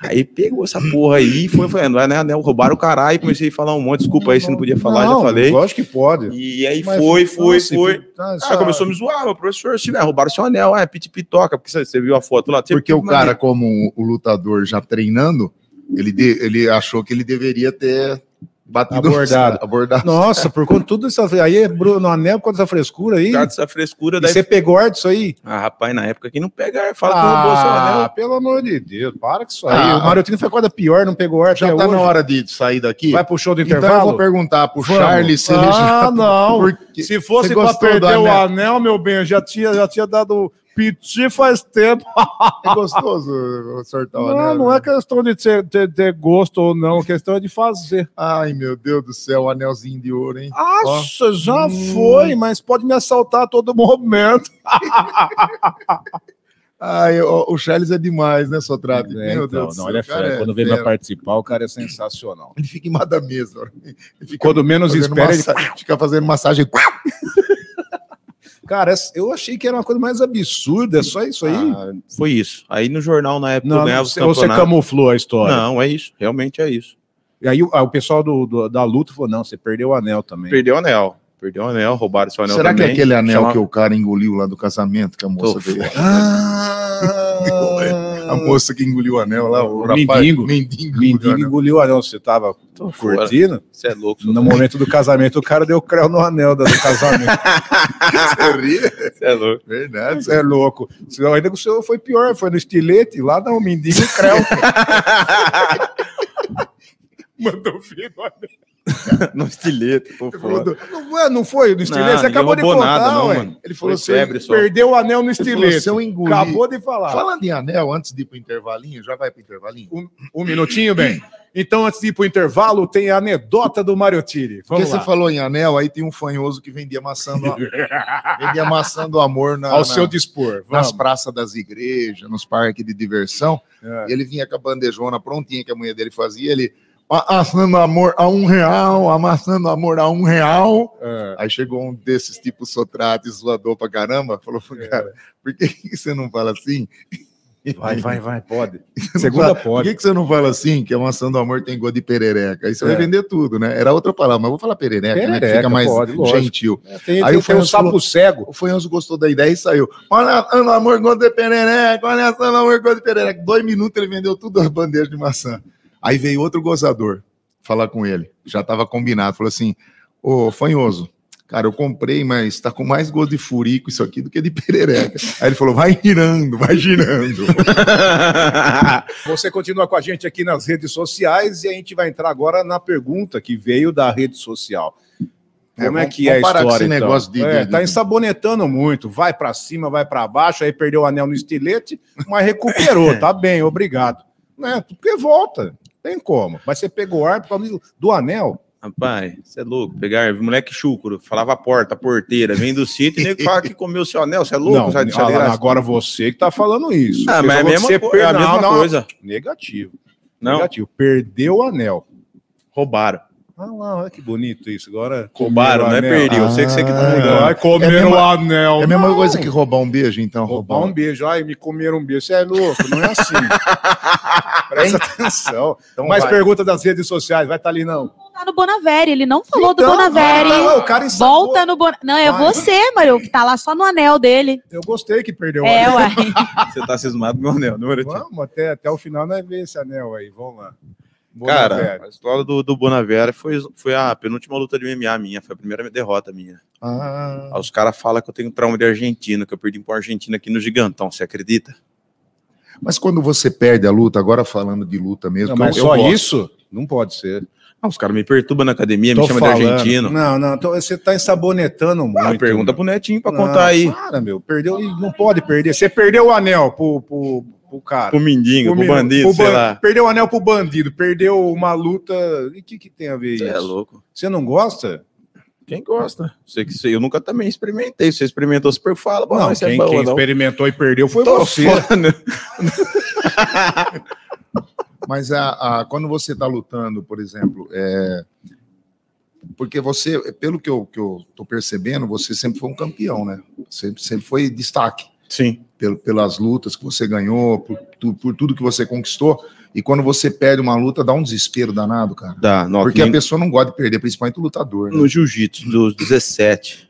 aí pegou essa porra aí e foi falando, não é anel, roubaram o caralho. Comecei a falar um monte, desculpa aí se não podia falar, já falei. Lógico que pode. E aí Mas, foi, foi, nossa, foi. tá, Ah, essa- começou a me zoar, meu professor, se né, roubaram seu anel, ah, é pit pitoca, porque você- você viu a foto lá. Porque o cara, como o lutador já treinando, ele, de- ele achou que ele deveria ter batido Abordado. abordado. Nossa, por conta de tudo isso. Aí, Bruno, anel com essa frescura aí. Cara dessa frescura, E daí. você pegou arte isso aí? Ah, rapaz, na época, quem não pega, fala que roubou seu ah, anel. pelo amor de Deus, para com isso aí. Ah. o Mario Trino foi a coisa pior, não pegou arte. Já até tá hoje. na hora de sair daqui. Vai pro show do então eu intervalo? vou perguntar pro Vamos. Charles se ele já- Ah, não. Porque- Se fosse Você pra gostou do perder o anel? anel, meu bem, eu já tinha, já tinha dado piti faz tempo. É gostoso né? sortar o Não, anel. não é questão de ter, ter- ter gosto ou não, a questão é de fazer. Ai, meu Deus do céu, o anelzinho de ouro, hein? Nossa, já foi, mas pode me assaltar a todo momento. Ai, o, o Charles é demais, né, Tá Sotrate? então, meu Deus do céu, o cara é fera. participar, o cara é sensacional. Ele fica em da mesa. ó. Ele fica Quando menos fazendo espera, ele... massa- fica fazendo massagem. Cara, essa- eu achei que era uma coisa mais absurda, é só isso aí. Ah, foi isso. Aí no jornal, na época, eu não, ganhava os você, ou você campeonatos. camuflou né? a história. Não, é isso, realmente é isso. E aí o, ah, o pessoal do- do- da luta falou: não, você perdeu o anel também. Perdeu o anel. Perdeu o anel, roubaram seu anel Será também. que é aquele anel Chama- que o cara engoliu lá do casamento, que a moça Tô dele- Ah, A moça que engoliu o anel lá, o, O rapaz. mendigo. Mendigo. Mendigo engoliu o engoliu o anel. Você tava Tô fora. curtindo? Você é louco, No momento do casamento, o cara deu creu no anel da- do casamento. anel. Você ri? você é louco. Verdade. Você é louco. Você- Ainda que o senhor foi pior, foi no estilete, lá dá um mendigo e creu. Mandou vir no anel. no estilete. Pô, Ele foda. falou do- Não, é, não foi no estilete? Não, Você ninguém acabou de roubou contar, nada, não, ué. mano. Ele falou Foi assim, febre só. Perdeu o anel no estilete. se eu engolir- Acabou de falar. Falando em anel, antes de ir pro intervalinho, já vai pro intervalinho? Um, um minutinho, bem. Então, antes de ir pro intervalo, tem a anedota do Mario Tiri. Porque Vamos você lá. falou em anel, aí tem um fanhoso que vendia maçã do, vendia maçã do amor na, Ao na- seu dispor. nas Vamos. praças das igrejas, nos parques de diversão. É. E ele vinha com a bandejona prontinha que a mulher dele fazia. Ele, a maçã do amor a um real, a maçã do amor a um real. É. Aí chegou um desses tipos sotrate, zoador pra caramba, falou, É. cara, por que, que você não fala assim? é. Vai, vai, vai, pode. Não Segunda fala- Por pode. que, que você não fala assim que a maçã do amor tem gosto de perereca? Aí você vai É. vender tudo, né? Era outra palavra, mas eu vou falar perereca, né? Que Perereca, fica mais pode, lógico. gentil. Tem, tem, Aí o tem um Fernando sapo falou- cego. O Fanhoso gostou da ideia e saiu. Olha, Ana, do amor, gosto de perereca. Olha, Ana, do amor, gosto de perereca. Dois minutos ele vendeu tudo as bandejas de maçã. Aí veio outro gozador falar com ele. Já estava combinado. Falou assim: Ô, Fanhoso, cara, eu comprei, mas tá com mais gosto de furico isso aqui do que de perereca. Aí ele falou: vai girando, vai girando. Você continua com a gente aqui nas redes sociais e a gente vai entrar agora na pergunta que veio da rede social. É, Como é, vamos- que é a vamos parar história, com esse então? negócio de- É, de- tá de- ensabonetando muito, vai pra cima, vai pra baixo, aí perdeu o anel no estilete, mas recuperou, tá bem, obrigado. Né? Porque volta, tem como. Mas você pegou ar por causa do anel, Rapaz, você é louco. Pegar moleque chucro, falava porta, porteira, vem do sítio e nego fala que comeu seu anel. Você é louco? não, sai de fala, chadeira. agora você que tá falando isso. Ah, Você mas é a falou que mesma, você co- é per- a não, mesma não, coisa. Negativo. Não, Negativo. Perdeu o anel. roubaram. Ah lá, olha que bonito isso. Agora. Roubaram, não é comeram o anel. perdi. Eu sei que você que tá Ah, ligando. Ai, comeram É a mesma- o anel. É a mesma Não. coisa que roubar um beijo, então. Roubar um beijo. Ai, me comeram um beijo. Você é louco, não é assim. Presta atenção. Então Mais vai. pergunta das redes sociais. Vai estar ali, não. Voltar tá no Bonavere, ele não falou do Então, Bonavere. tá lá, o cara ensabou. Volta no Bonavere. Não, é Vai. você, Mário, que tá lá só no anel dele. Eu gostei que perdeu o É, anel. uai. Você tá cismado com o anel, não era Vamos até, até o final, nós ver esse anel aí. Vamos lá. Boa, Cara, velho. a história do, do Bonavera foi, foi a penúltima luta de MMA minha, foi a primeira derrota minha. Ah, Aí os caras falam que eu tenho trauma de argentino, que eu perdi pro argentino aqui no Gigantão, você acredita? mas quando você perde a luta, agora falando de luta mesmo, Não, que mas eu- eu só gosto. isso? Não pode ser. Ah, os caras me perturbam na academia, me Tô chamam de falando. argentino. Não, não. tô- você tá ensabonetando muito. Ah, pergunta pro Netinho pra Não, contar aí. Para, meu, perdeu. e Não pode perder. Você perdeu o anel pro, pro, pro cara. Pro mendigo, pro menino, bandido, pro sei ban- lá. Perdeu o anel pro bandido, perdeu uma luta. E o que, que tem a ver Você é isso? louco. Você não gosta? Quem gosta? Sei que sei, eu nunca também experimentei. Você experimentou, super fala, bom, não, isso quem, é bom, quem não. experimentou e perdeu foi Tô você. falando. Mas a, a- quando você está lutando, por exemplo, é, porque você, pelo que eu, que eu tô percebendo, você sempre foi um campeão, né? Sempre, sempre foi destaque Sim. pel- pelas lutas que você ganhou, por, tu- por tudo que você conquistou. E quando você perde uma luta, dá um desespero danado, cara. Dá, não, Porque nem- a pessoa não gosta de perder, principalmente o lutador. né? no jiu-jitsu, dos 17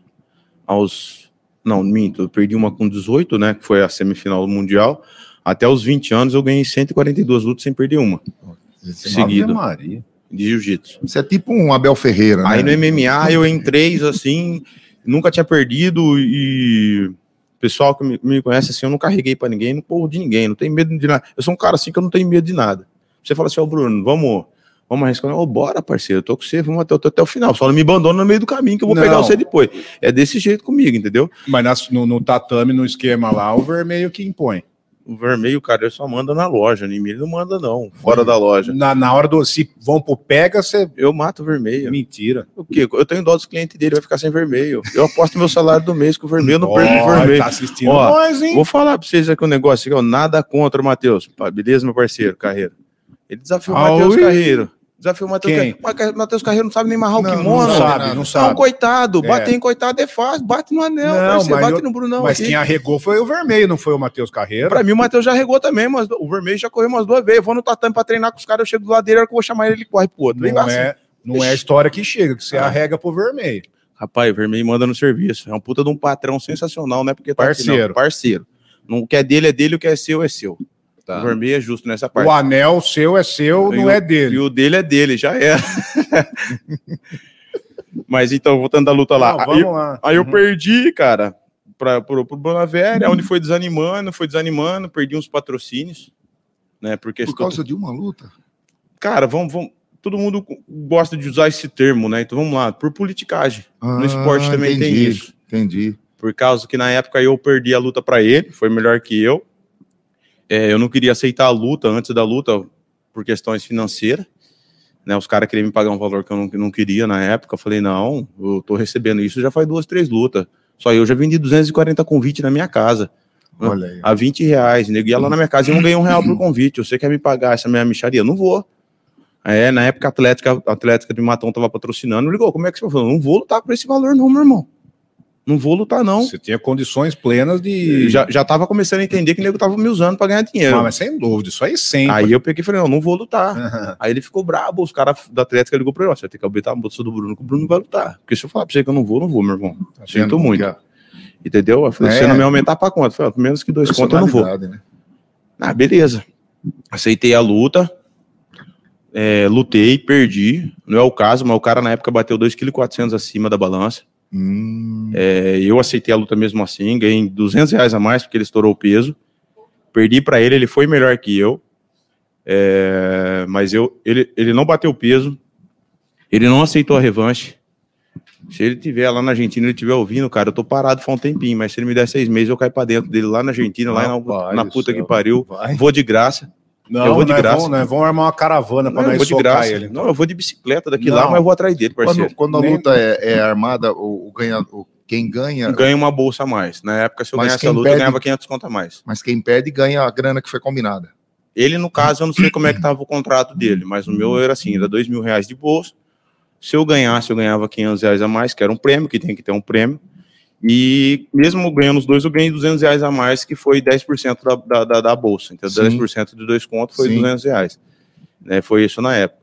aos. Não, minto, eu perdi uma com 18, né? Que foi a semifinal mundial. Até os 20 anos eu ganhei 142 lutas sem perder uma Você é seguido. Ave Maria. de jiu-jitsu. Você é tipo um Abel Ferreira, Aí é no né? MMA eu entrei assim, nunca tinha perdido e. o Pessoal que me- me conhece assim, eu não carreguei pra ninguém, não corro de ninguém, não tenho medo de nada. Eu sou um cara assim que eu não tenho medo de nada. Você fala assim, ó, Bruno, vamos, vamos arriscar. Ô, bora, parceiro, eu tô com você, vamos até, até o final. Só não me abandona no meio do caminho que eu vou pegar Não. você depois. É desse jeito comigo, entendeu? Mas nas- no, no tatame, no esquema lá, o vermelho que impõe. O vermelho, cara, ele só manda na loja. Ninguém não manda, não. Fora da loja. Na, na hora do. Se vão pro pega, você. Eu mato o vermelho. Mentira. O quê? Eu tenho dó dos clientes dele, vai ficar sem vermelho. Eu aposto meu salário do mês com o vermelho, eu não perco o Ó, vermelho. tá assistindo Ó, nós, hein? Vou falar pra vocês aqui um negócio aqui, ó. Nada contra o Matheus. Pá, Beleza, meu parceiro, Carreiro? Ele desafiou o Ah, Matheus ui. Carreiro. Desafiou o Matheus Quem? Carreiro. Mas Car- Matheus Carreiro não sabe nem marrar o Não, não kimono. não mano, sabe, nada. É não um sabe. coitado. É. Bate em coitado é fácil. Bate no anel, Não, parceiro. mas Bate eu- no Brunão. Mas aqui. quem é- arregou foi o vermelho, não foi o Matheus Carreira. Pra mim, o Matheus já regou também, mas o vermelho já correu umas duas vezes. Eu vou no tatame pra treinar com os caras, eu chego do lado dele, a hora que eu vou chamar ele, ele corre pro outro. Vem Não lá, assim. é, não é a história que chega, que você Ah. arrega pro vermelho. Rapaz, o vermelho manda no serviço. É um puta de um patrão sensacional, né? Porque Parceiro. Aqui, não. Parceiro. Não, o que é dele é dele, o que é seu é seu. Tá. O vermelho é justo nessa parte. O anel seu é seu, E não o- é E dele. o dele é dele, já é. mas então, voltando da luta lá. Não, Aí- vamos Uhum. lá. Aí eu perdi, cara, pra, pro, pro Bonavéria, Uhum. onde foi desanimando, foi desanimando, perdi uns patrocínios, né? Porque Por causa de uma luta. Cara, vamos, vamos. todo mundo gosta de usar esse termo, né? Então vamos lá, por politicagem. Ah, No esporte também tem Ah, entendi, isso. Entendi. Por causa que na época eu perdi a luta para ele, foi melhor que eu. É, eu não queria aceitar a luta antes da luta por questões financeiras. Né, os caras queriam me pagar um valor que eu não, que não queria na época. Eu falei, não, eu tô recebendo isso já faz duas, três lutas. Só eu já vendi 240 convites na minha casa Ah, Olha aí. a 20 reais. Nego ia lá na minha casa e não ganhei um real por convite. Você quer me pagar essa minha micharia? Eu Não vou. É, na época a Atlética, a Atlética de Matão tava patrocinando, ligou, como é que você vai falar? Não vou lutar por esse valor não, meu irmão. Não vou lutar não. Você tinha condições plenas de. E já, já tava começando a entender que o nego tava me usando pra ganhar dinheiro. Ah, mas É. sem dúvida, isso aí sempre. Aí eu peguei e falei, não, não vou lutar. Aí ele ficou brabo, os caras da Atlética ligou pra ele, ó, você tem que abrir a bolsa do Bruno, que o Bruno não vai lutar. Porque se eu falar pra você que eu não vou, não vou, meu irmão. Tá Sinto muito. Entendeu? Eu falei, É. você não me aumentar pra quanto? Eu falei, ó, menos que dois conto eu não vou. Personalidade, né? Ah, beleza. Aceitei a luta. é, lutei, perdi. Não é o caso, mas o cara na época bateu 2,4 kg acima da balança. Hum, É, eu aceitei a luta mesmo assim, ganhei 200 reais a mais porque ele estourou o peso. Perdi pra ele, ele foi melhor que eu. É, mas eu, ele, ele não bateu o peso, ele não aceitou a revanche. Se ele tiver lá na Argentina, ele estiver ouvindo, cara, eu tô parado faz um tempinho, mas se ele me der seis meses, eu caio pra dentro dele lá na Argentina, lá Rapaz na, na do puta que céu. pariu. vai. Vou de graça. Não, Eu vou de não é graça. bom, né? Vamos armar uma caravana pra Não, eu nós é vou de socar graça. ele. Não, eu vou de bicicleta daqui Não. lá, mas eu vou atrás dele, parceiro. Quando, quando a Nem- luta é, é armada, o, o ganha, o, quem ganha, Ganho uma bolsa a mais. Na época, se eu Mas ganhasse quem a luta, eu perde- ganhava 500 conto a mais. mas quem perde ganha a grana que foi combinada. Ele, no caso, eu não sei como é que tava o contrato dele, mas o meu era assim, era dois mil reais de bolsa. Se eu ganhasse, eu ganhava 500 reais a mais, que era um prêmio, que tem que ter um prêmio. E mesmo ganhando os dois, eu ganhei 200 reais a mais, que foi 10% da, da, da, da bolsa. Então, Sim. 10% de dois contos foi Sim. 200 reais. Né, foi isso na época.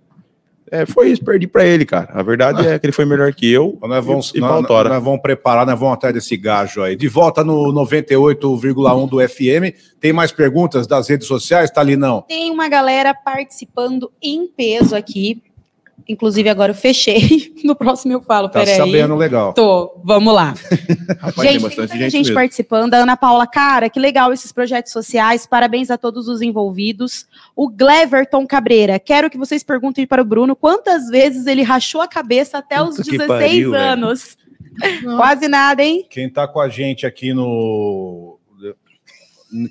É, foi isso, perdi pra ele, cara. A verdade é que ele foi melhor que eu. Então Nós vamos, e, e nós, Pautora. nós vamos preparar, nós vamos atrás desse gajo aí. De volta no 98,1 do FM. Tem mais perguntas das redes sociais, tá ali não? Tem uma galera participando em peso aqui. Inclusive, agora eu fechei. No próximo eu falo, Tá peraí. sabendo legal. Tô, vamos lá. Rapaz, tem gente, bastante tem muita gente gente, mesmo. participando. A Ana Paula, cara, que legal esses projetos sociais. Parabéns a todos os envolvidos. O Gleverton Cabreira, quero que vocês perguntem para o Bruno quantas vezes ele rachou a cabeça até os Puta que 16 pariu, velho. anos. Quase nada, hein? Quem tá com a gente aqui no.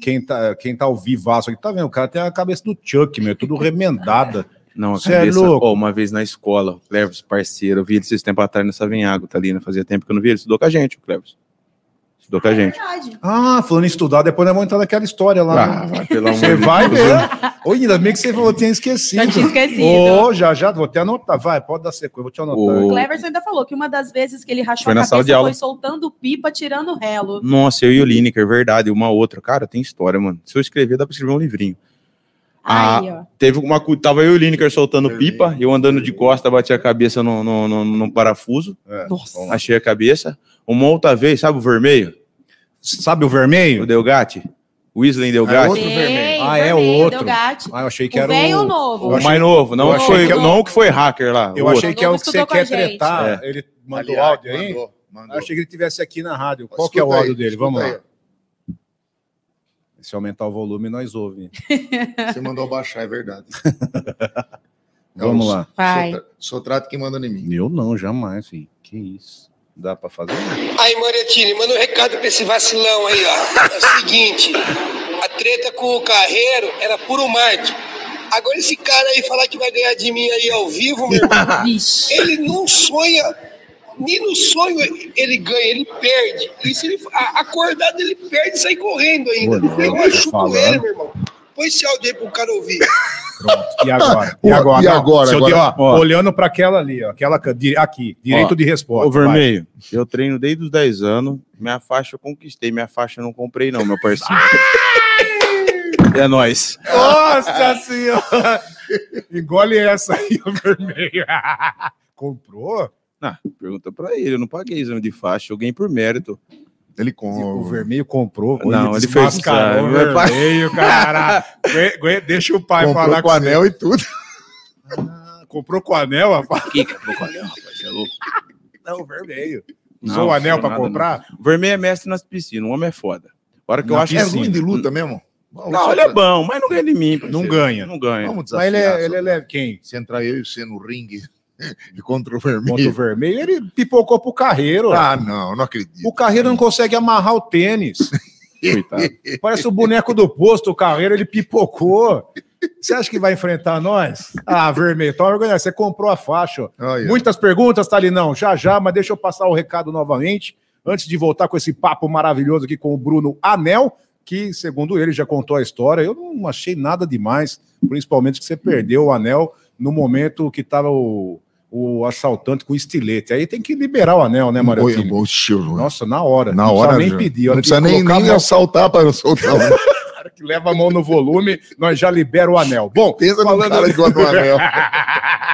Quem tá, quem tá ao vivaço aqui, tá vendo? O cara tem a cabeça do Chuck, meu, tudo remendada. Não, a Cê é cabeça. louco? Ó, uma vez na escola, o Cleverson, parceiro, eu vi ele esses tempos atrás nessa Vinhago, tá ali, né? Fazia tempo que eu não vi ele, estudou com a gente, o Cleverson. Estudou com a gente. Verdade. Ah, falando em estudar, depois nós vamos entrar naquela história lá. Ah, né? vai, pelo amor Você de vai Deus. ver. Olha, ainda bem que você falou, eu tinha esquecido. Já tinha Tá esquecido. Ô, já, já, vou até anotar. Vai, pode dar sequência, vou te anotar. Ô, O Cleverson ainda falou que uma das vezes que ele rachou Foi a na cabeça sala de aula. foi soltando pipa, tirando relo. Nossa, eu e o Lineker, verdade, uma outra. Cara, tem história, mano. Se eu escrever, dá pra escrever um livrinho. Ah. Aí, ó. Teve uma. cu- Tava eu e o Lineker soltando pipa, eu andando de costa, bati a cabeça no, no, no- no parafuso, É. Nossa. achei a cabeça. Uma outra vez, sabe o vermelho? Sabe o O vermelho? Delgatti? O Wesley Delgatti? outro Sei, vermelho. Ah, é o vermelho, outro. Delgatti. Ah, eu achei que O era velho ou o. novo? O mais novo, não, Eu o que achei foi, que eu- não o que foi hacker lá. o É. Eu outro. achei que é o que você Estudou com quer a gente. tretar. Ele mandou Aliás, áudio aí? Ah, mandou, mandou. Eu achei que ele tivesse aqui na rádio. Qual Escuta que é o aí, áudio dele? escuta Vamos aí. lá. Se aumentar o volume, nós ouvimos. Você mandou baixar, é verdade. É Vamos lá. Vai. Só trato quem manda em mim. Eu não, jamais, filho. Que isso. Dá pra fazer? Aí, Moretini, manda um recado pra esse vacilão aí, ó. É o seguinte, a treta com o Carreiro era puro marketing. Agora esse cara aí falar que vai ganhar de mim aí ao vivo, meu tá irmão, Vixe. ele não sonha, nem no sonho ele ganha, ele perde. E se ele a- acordado, ele perde e sai correndo ainda. Olha, Eu olha, machuco falando. ele, meu irmão. Põe esse áudio aí pro cara ouvir. Pronto. E agora? Ó, e Não, agora, se eu agora? der- ó, Ó. olhando pra aquela ali, ó, aquela can- di- aqui, direito Ó, de resposta. Ô, Vermelho, eu treino desde os 10 anos. Minha faixa eu conquistei, minha faixa eu não comprei, não, meu parceiro. é nóis. vai. Nossa senhora! Engole essa aí, o vermelho. Comprou? Ah, pergunta pra ele, eu não paguei exame de faixa, eu ganhei por mérito. Ele O com. vermelho comprou. Não, ele fez é, desmascarou o exame, vai- vermelho, cara. Aguenta- aguenta- Deixa o pai falar Comprou com com você. anel e tudo. Comprou com anel, rapaz. Que que eu falei, rapaz, é louco. Não, vermelho. Não, Usou o anel não, pra nada, comprar? Vermelho é mestre nas piscinas, o homem é um foda. A hora que eu acho é assim, ruim de luta mesmo? Vamos- Não, ele é bom, mas não ganha de mim. Não parceiro. ganha. Não ganha. Mas Vamos desafiar. ele é, ele é leve. Quem? Se entrar eu e você no ringue de contra o vermelho. Ponto vermelho. Ele pipocou pro Carreiro. Ah, não, não acredito. O Carreiro não consegue amarrar o tênis. Coitado. Parece o boneco do posto, o Carreiro, ele pipocou. Você acha que vai enfrentar nós? Ah, vermelho, toma vergonha, você comprou a faixa. ó. Olha. Muitas perguntas, Talinão, já já, mas deixa eu passar o recado novamente, antes de voltar com esse papo maravilhoso aqui com o Bruno Anel, que, segundo ele, já contou a história. Eu não achei nada demais, principalmente que você perdeu o anel no momento que estava o, o assaltante com estilete. Aí tem que liberar o anel, né, Oi, Maratini? Oxe, Nossa, na hora. na não hora. precisa já. nem pedir. Não precisa nem, nem assaltar para soltar né? o que leva a mão no volume, nós já libera o anel. Bom, Pensa no falando, cara que bota o anel.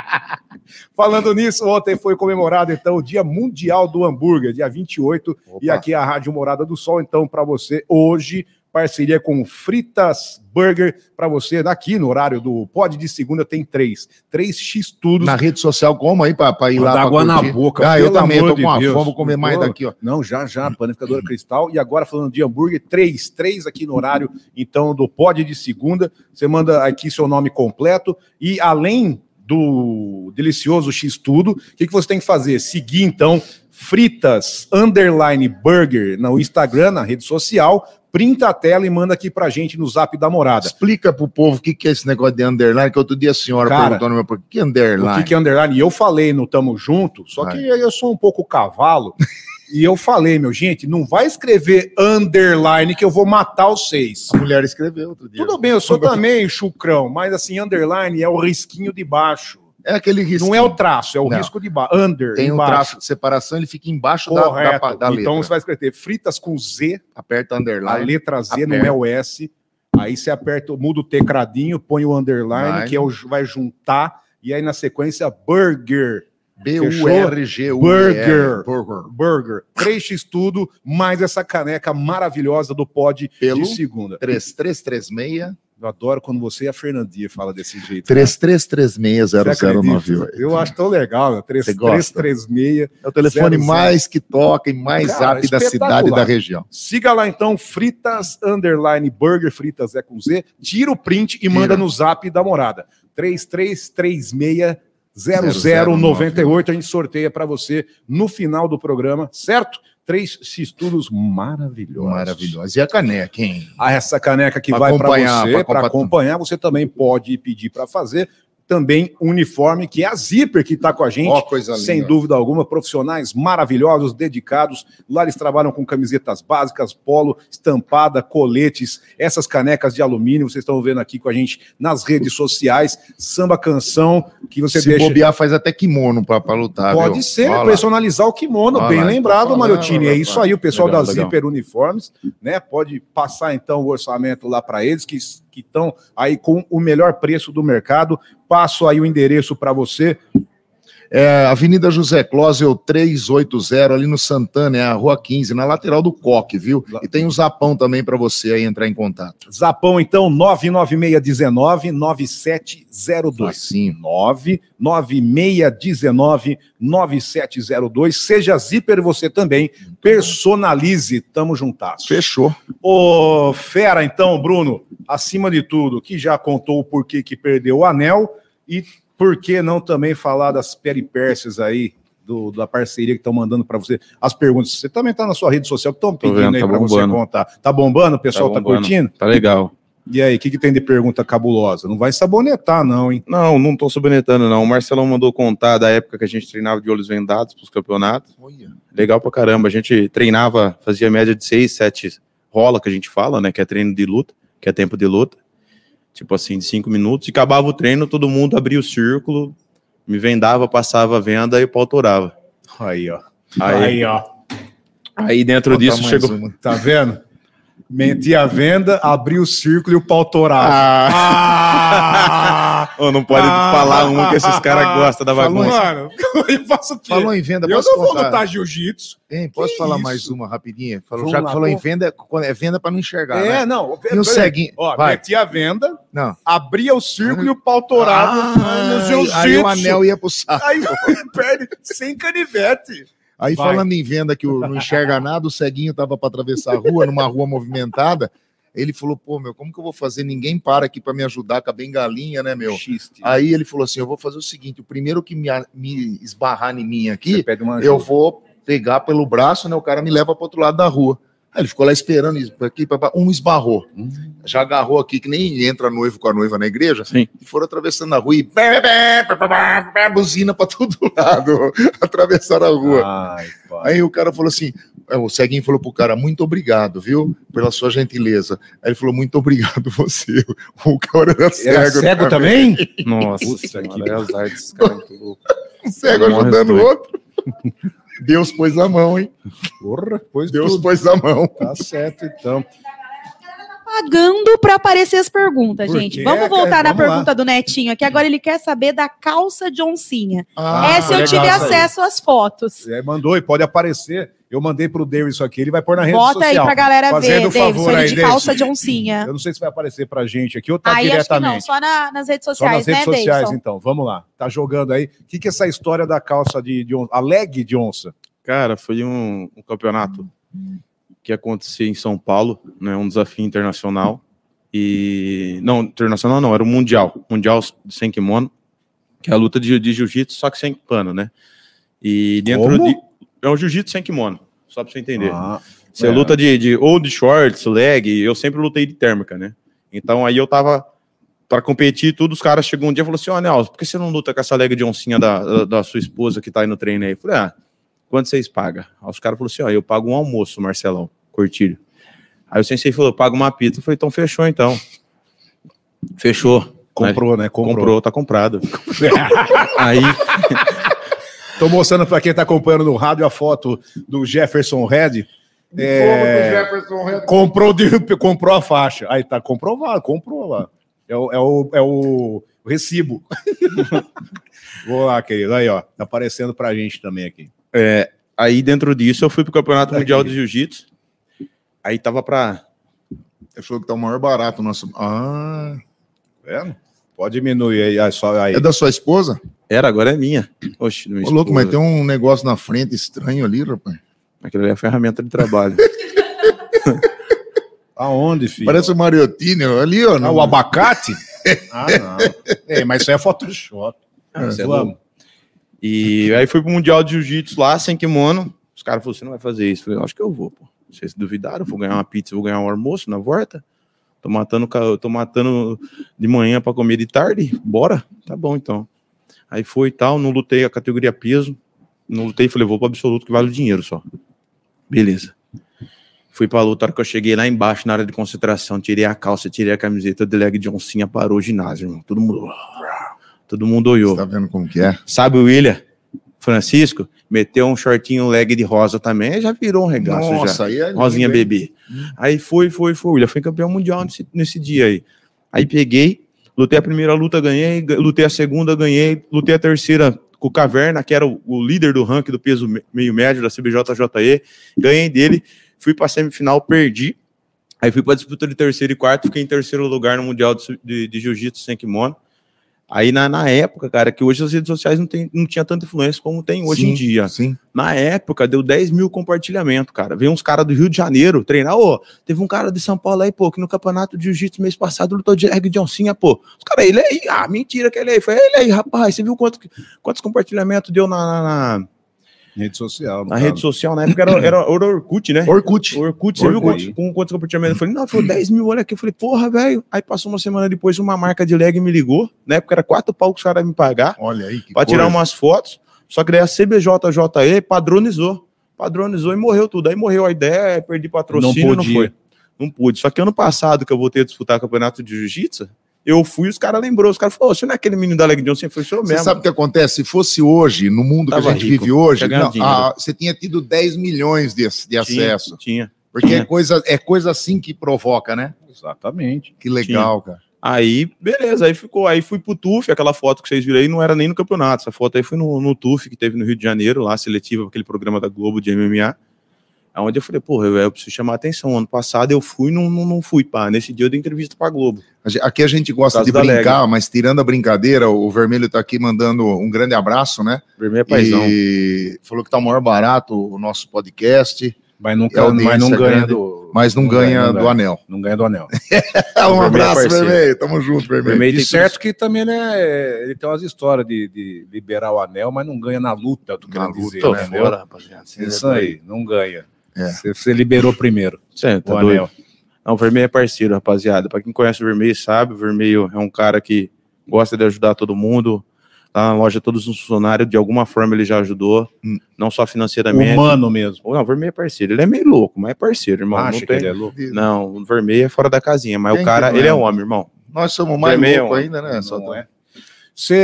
falando nisso, ontem foi comemorado então o Dia Mundial do Hambúrguer, dia 28, e aqui é a Rádio Morada do Sol, então para você hoje, parceria com Fritas Burger para você aqui no horário do Pode de segunda tem três, três X tudo. Na rede social, como aí, pra, pra ir Vou lá dar pra água na curtir? boca, Ah, eu pelo também, amor tô de com uma Deus. fome, vou comer mais Boa. daqui, ó. Não, já, já, panificadora cristal. E agora falando de hambúrguer, três, três aqui no horário, então, do pod de segunda. Você manda aqui seu nome completo. E além do delicioso X tudo, o que, que você tem que fazer? Seguir, então, Fritas Underline Burger no Instagram, na rede social. Printa a tela e manda aqui pra gente no zap da morada. Explica pro povo o que, que é esse negócio de underline, que outro dia a senhora Cara, perguntou no meu por que O underline? que, que é underline? E eu falei no Tamo Junto, só que eu sou um pouco cavalo. e eu falei, meu, gente, não vai escrever underline que eu vou matar os seis. A mulher escreveu outro dia. Tudo bem, eu sou também chucrão, mas assim, underline é o risquinho de baixo. É aquele risco. Não é o traço, é o Não. risco de baixo. Under, Tem um embaixo. traço de separação, ele fica embaixo da, da, Correto. pa- da letra. então você vai escrever fritas com Z, Aperta a underline. letra Z não Aperta. é o S. Aí você aperta, muda o tecradinho, põe o underline, Line. que é o, vai juntar, e aí na sequência, burger. B-U-R-G-U. Burger. Burger. Burger, 3x tudo, mais essa caneca maravilhosa do pod Pelo de segunda. 3336. Eu adoro quando você e a Fernandinha falam desse jeito. cara. Você acredita? 3336-009. Eu acho tão legal, né? Três- Você gosta? 336. É o telefone Zero, zero. mais que toca e mais Cara, rápido da cidade e espetacular. da região. Siga lá então, Fritas Underline Burger, Fritas é com Z. Tira o print e manda no zap da morada. 3336 0098. A gente sorteia para você no final do programa, certo? Três estudos maravilhosos. Maravilhoso. E a caneca, hein? a Ah, essa caneca que Pra vai para acompanhar, você, pra para acompa- acompanhar, você também pode pedir para fazer. Também uniforme, que é a Zipper que está com a gente. Ó, coisa linda. Sem dúvida alguma, profissionais maravilhosos, dedicados. Lá eles trabalham com camisetas básicas, polo, estampada, coletes, essas canecas de alumínio, vocês estão vendo aqui com a gente nas redes sociais, samba canção, que você Se deixa. bobear, faz até kimono pra, pra lutar. Pode Ah, viu? ser, Olha lá. personalizar o kimono, Olha bem lá, lembrado, então, Marotini. olha É lá, isso aí, o pessoal legal, da legal. Zipper Uniformes, né? Pode passar então o orçamento lá para eles que que estão aí com o melhor preço do mercado. Passo aí o endereço para você. É, Avenida José Clósio 380, ali no Santana, é a Rua 15, na lateral do Coque, viu? E tem o Zapão também para você aí entrar em contato. Zapão então 99619 9702. Facinho. 99619-9702. Seja Zipper você também. Personalize. Tamo juntasso. Fechou. Ô, fera, então, Bruno, acima de tudo, que já contou o porquê que perdeu o anel e por que não também falar das peripécias aí do- da parceria que estão mandando para você, as perguntas. Você também tá na sua rede social que estão pedindo vendo, aí tá para você bombando. contar. Tá bombando, o pessoal tá, Tá bombando. curtindo? Tá legal. E aí, o que, que tem de pergunta cabulosa? Não vai sabonetar, não, hein? Não, não tô subnetando, não. O Marcelão mandou contar da época que a gente treinava de olhos vendados pros campeonatos. Legal pra caramba. A gente treinava, fazia média de seis, sete rola, que a gente fala, né? Que é treino de luta, que é tempo de luta. Tipo assim, de cinco minutos. E acabava o treino, todo mundo abria o círculo, me vendava, passava a venda e o pau torava. Aí, ó. Aí, ó. aí dentro disso chegou. Tá vendo? Menti a venda, abri o círculo e o pau torava. Ah, Ah! ô, não pode Ah! falar um que esses caras gostam da Falou, bagunça. Mano, eu faço o quê? Falou em venda, eu posso não vou contar? lutar jiu-jitsu. Hein, posso Que falar isso? mais uma rapidinha? Falou, Vamos já lá, que falou em pô. venda, quando é venda para não Tá, enxergar, né? não. E o ceguinho? Ó, Vai. metia a venda, Não. abria o círculo e o pau torava no jiu-jitsu. aí o anel ia pro saco. Aí perde sem canivete. Aí Vai. falando em venda que o não enxerga nada, o ceguinho tava para atravessar a rua, numa rua movimentada. Ele falou, pô, meu, como que eu vou fazer? Ninguém para aqui para me ajudar com a bengalinha, né, meu? Xiste. Aí ele falou assim: eu vou fazer o seguinte: o primeiro que me, a- me esbarrar em mim aqui, Você pede uma ajuda. eu vou pegar pelo braço, né? O cara me leva para outro lado da rua. Aí ele ficou lá esperando isso, aqui, pra- pra- um esbarrou. Hum. Já agarrou aqui, que nem entra noivo com a noiva na igreja. Sim. E foram atravessando a rua e bé, bé, bé, bé, bé, bé, bé, buzina para todo lado. Atravessaram a Ah. rua. Ai, pai. Aí o cara falou assim: é, o ceguinho falou pro cara, muito obrigado, viu? Pela sua gentileza. Aí ele falou, muito obrigado você. O cara era cego. Era cego também? Nossa, Puta senhora, que- é azar desses caras muito louco. Um cego Morre ajudando os o dois. outro. Deus pôs a mão, hein? Porra, pois Deus tudo. pôs a mão. Tá certo, então. Pagando pra aparecer as perguntas, Por gente. quê, Vamos cara? voltar na Vamos lá. pergunta do Netinho aqui. Agora ele quer saber da calça de oncinha. Ah, Essa eu legal tive isso aí. acesso às fotos. É, mandou e pode aparecer. Eu mandei pro Davis isso aqui, ele vai pôr na rede Bota aí social. pra galera Fazendo ver, um Davidson, favor ele aí, de Davidson. calça de oncinha. Eu não sei se vai aparecer pra gente aqui ou tá É. Aí acho que não, diretamente. só na- nas redes Só nas sociais, redes né, sociais, Davidson? então. Vamos lá. Tá jogando aí. O que, que é essa história da calça de, de onça? A leg de onça? Cara, foi um, um campeonato que aconteceu em São Paulo, né? Um desafio internacional. E. Não, internacional não, era o Mundial. Mundial sem kimono, que é a luta de, de jiu-jitsu, só que sem pano, né? E dentro Como? de. É um jiu-jitsu sem kimono, só pra você entender. Ah, Você é. luta de, de ou de shorts, leg, eu sempre lutei de térmica, né? Então aí eu tava para competir e tudo, os caras chegou um dia e falou assim: Ó, Nelson, por que você não luta com essa leg de oncinha da, da, da sua esposa que tá aí no treino aí? Eu falei, ah, quanto vocês pagam? Aí os caras falaram assim: ó, eu pago um almoço, Marcelão, curtir. Aí o sensei falou: eu pago uma pizza. Eu falei, então fechou então. Fechou. comprou, né? Comprou, Comprou. tá comprado. aí, Tô mostrando pra quem tá acompanhando no rádio a foto do Jefferson Red. É, comprou, de- comprou a faixa. Aí tá comprovado, comprou lá. É o, é o, é o recibo. Vou lá, querido. Aí, ó. Tá aparecendo pra gente também aqui. é, aí dentro disso eu fui pro Campeonato Tá Mundial aqui. de Jiu-Jitsu. Aí tava pra Achou que tá o maior barato o nosso. Ah, Tá vendo? Pode diminuir aí. aí, só, aí. é da sua esposa? Era, agora é minha. Oxe, minha Ô, louco, mas esposa. tem um negócio na frente estranho ali, rapaz. Aquilo ali é ferramenta de trabalho. Aonde, filho? Parece o Mariotini ali, ó. Ah, não- o abacate? ah, não. É, mas isso aí é Photoshop. Você é louco. e aí fui pro Mundial de Jiu-Jitsu lá, sem kimono. Os caras falaram, você não vai fazer isso. Eu falei, acho que eu vou, pô. Vocês duvidaram, eu vou ganhar uma pizza, eu vou ganhar um almoço na volta. Tô matando, ca- eu tô matando de manhã pra comer de tarde. Bora? Tá bom, então. Aí foi e tal, não lutei a categoria peso. Não lutei, falei, vou pro absoluto que vale o dinheiro só. Beleza. Fui pra luta, a hora que eu cheguei lá embaixo, na área de concentração, tirei a calça, tirei a camiseta, de leg de oncinha, parou o ginásio, irmão. Todo mundo... Todo mundo Você olhou. tá vendo como que é? Sabe o William Francisco? Meteu um shortinho leg de rosa também, já virou um regaço já. Nossa, aí é. Rosinha lindo, hein? bebê. Aí foi, foi, foi. O William foi campeão mundial nesse, nesse dia aí. Aí peguei, lutei a primeira luta, ganhei, ga- lutei a segunda, ganhei, lutei a terceira com o Caverna, que era o, o líder do ranking do peso me- meio médio da CBJJE. Ganhei dele, fui pra semifinal, perdi. Aí fui pra disputa de terceiro e quarto, fiquei em terceiro lugar no Mundial de, su- de- de Jiu-Jitsu sem kimono. Aí na, na época, cara, que hoje as redes sociais não, tem, não tinha tanta influência como tem hoje em Sim, dia. Sim. Na época, deu 10 mil compartilhamento, cara. Veio uns caras do Rio de Janeiro treinar. Ô, teve um cara de São Paulo aí, pô, que no campeonato de jiu-jitsu mês passado lutou de leg de oncinha, pô. Os caras, ele aí, ah, mentira que ele aí. Foi ele aí, rapaz. Você viu quanto, que- quantos compartilhamentos deu na, na- na- na Rede social. no caso. rede social? Na época era, era, era Orkut, né? Orkut. Orkut, você viu Tá. Orkut. quantos, com quantos compartilhamentos? Eu falei, não, foi 10 mil, olha aqui. Eu falei, porra, velho. Aí passou uma semana depois, uma marca de leg me ligou. Na época era quatro pau que os caras iam me pagar Olha aí. Que para tirar coisa. umas fotos. Só que daí a CBJJE padronizou. Padronizou e morreu tudo. Aí morreu a ideia, perdi patrocínio, Não não, podia. foi. Não pude. Só que ano passado que eu voltei a disputar campeonato de jiu-jitsu, eu fui e os caras lembrou. Os caras falaram, "Ô, você não é aquele menino da Leg Johnson? Eu falei, sou eu Você mesmo. sabe o que acontece? Se fosse hoje, no mundo que a Tava gente rico, vive hoje, tinha ganhado não, dinheiro. ah, você tinha tido 10 milhões de, de Tinha, acesso. Tinha. Porque é tinha. coisa, é coisa assim que provoca, né? Exatamente. Que legal, cara. Aí, beleza, aí ficou. Aí fui pro TUF, aquela foto que vocês viram aí não era nem no campeonato. Essa foto aí foi no, no TUF que teve no Rio de Janeiro, lá, seletiva, aquele programa da Globo de MMA. Onde eu falei, porra, eu, eu preciso chamar a atenção. Ano passado eu fui, não, não, não fui, pá. Nesse dia eu dei entrevista pra Globo. A ge- Aqui a gente gosta Por de causa da brincar, mas tirando a brincadeira, o Vermelho tá aqui mandando um grande abraço, né? Vermelho é E falou que tá o maior barato o nosso podcast. Mas não, E a audiência mas não ganha grande. do. mas não, Não ganha, ganha, não do ganha. anel. Não ganha do anel. um Vermelho é abraço, parceiro. vermelho. Tamo junto, vermelho. Vermelho De tem certo que também né, ele tem umas histórias de, de liberar o anel, mas não ganha na luta, tu Na querendo dizer. Tô né, entendeu? fora, rapaziada. é Isso aí, não ganha. É. Você você liberou primeiro Você tá o doido. anel. Não, o Vermelho é parceiro, rapaziada. Pra quem conhece o Vermelho sabe, o Vermelho é um cara que gosta de ajudar todo mundo. Lá na loja, todos os funcionários, de alguma forma, ele já ajudou. Hum. Não só financeiramente. Humano mesmo. Não, o Vermelho é parceiro. Ele é meio louco, mas é parceiro, irmão. Acha não, que tem... ele é louco? não, o Vermelho é fora da casinha, mas Quem o que cara, não é? ele é homem, irmão. Nós somos mais Vermelho, é um loucos ainda, né? Só Não tá. tô- é. Você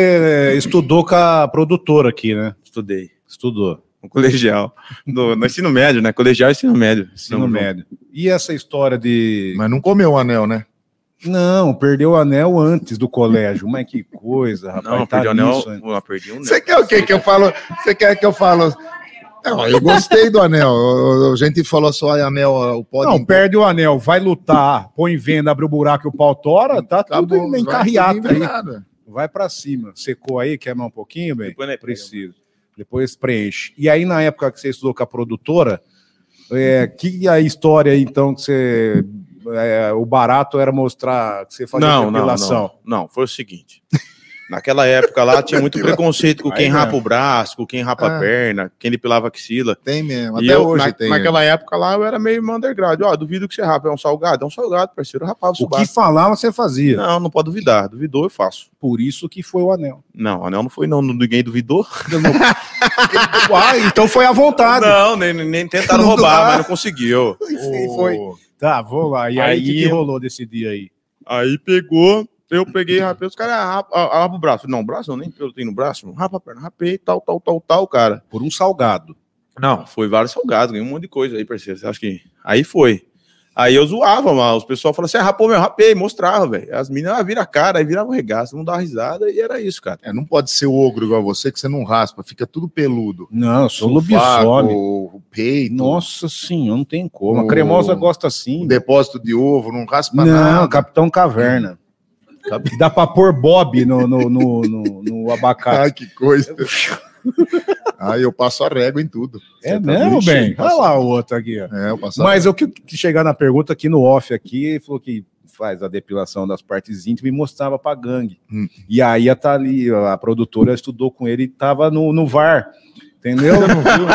eh, estudou com a produtora aqui, né? Estudei. Estudou. No colegial. No, no ensino médio, né? Colegial e ensino médio. Ensino Não, não. médio. E essa história de. Mas não comeu o anel, né? Não, perdeu o anel antes do colégio. Mas que coisa, rapaz. Não, tá perdi o anel. nisso, hein? Não, perdi o anel. Você quer o quê que eu falo? Você quer que eu falo? Não, eu gostei do anel. O- o- A gente falou só "Ai, anel, o pódio. Não, perde o anel, vai lutar, põe em venda, abre o buraco e o pau tora, tá tudo em carreata aí. Vai pra cima. Secou aí, quer mais um pouquinho, bem? Depois, né, Preciso. Depois preenche. E aí, na época que você estudou com a produtora, é, que a história, então, que você. é, o barato era mostrar que você fazia não, não, depilação. não, não, foi o seguinte. Naquela época lá tinha muito preconceito com Aí quem mesmo. rapa o braço, com quem rapa Ah. a perna, quem depilava a axila. Tem mesmo. E Até eu, hoje na- tem. Naquela época lá eu era meio underground. Ó, duvido que você rapa, é um salgado, é um salgado, parceiro, eu rapava o O é? que subaço. falava, você fazia. Não, não pode duvidar, duvidou eu faço. Por isso que foi o anel. Não, anel não foi não, ninguém duvidou. Ah, então foi à vontade. Não, nem, nem tentaram Não roubar, dá. mas não conseguiu. Sim, foi. Tá, vou lá. E aí, Aí- o que, que rolou desse dia aí? Aí pegou, eu peguei, rapei, os caras rapa, ah, rapa o braço. Não, o braço não, nem eu tenho no braço, mano. rapa a perna, rapei, tal, tal, tal, tal, cara. Por um salgado. Não, foi vários salgados, ganhei um monte de coisa aí, parceiro. Você acha que. Aí foi. Aí eu zoava, mano. Os pessoal falavam assim: "Ah, rapou meu, rapei, mostrava, velho. As meninas ah, vira a cara, aí virava o regaço, não dava risada, e era isso, cara. É, não pode ser ogro igual você, que você não raspa, fica tudo peludo. Não, eu sou Sovaco, lobisomem. o peito, Nossa senhora, não tem como. O- A cremosa gosta assim. o depósito de ovo, não raspa Não, nada. Capitão Caverna. Dá pra pôr Bob no, no, no, no- no Ai, abacate. que coisa. Aí eu passo a régua em tudo. tá é mesmo, bonitinho, bem? Olha lá o outro aqui. ó. É, eu passo a Mas eu que, que chegar na pergunta aqui no off aqui, ele falou que faz a depilação das partes íntimas e mostrava pra gangue. Hum. E aí a Thali, a produtora, estudou com ele e tava no, no VAR. Entendeu?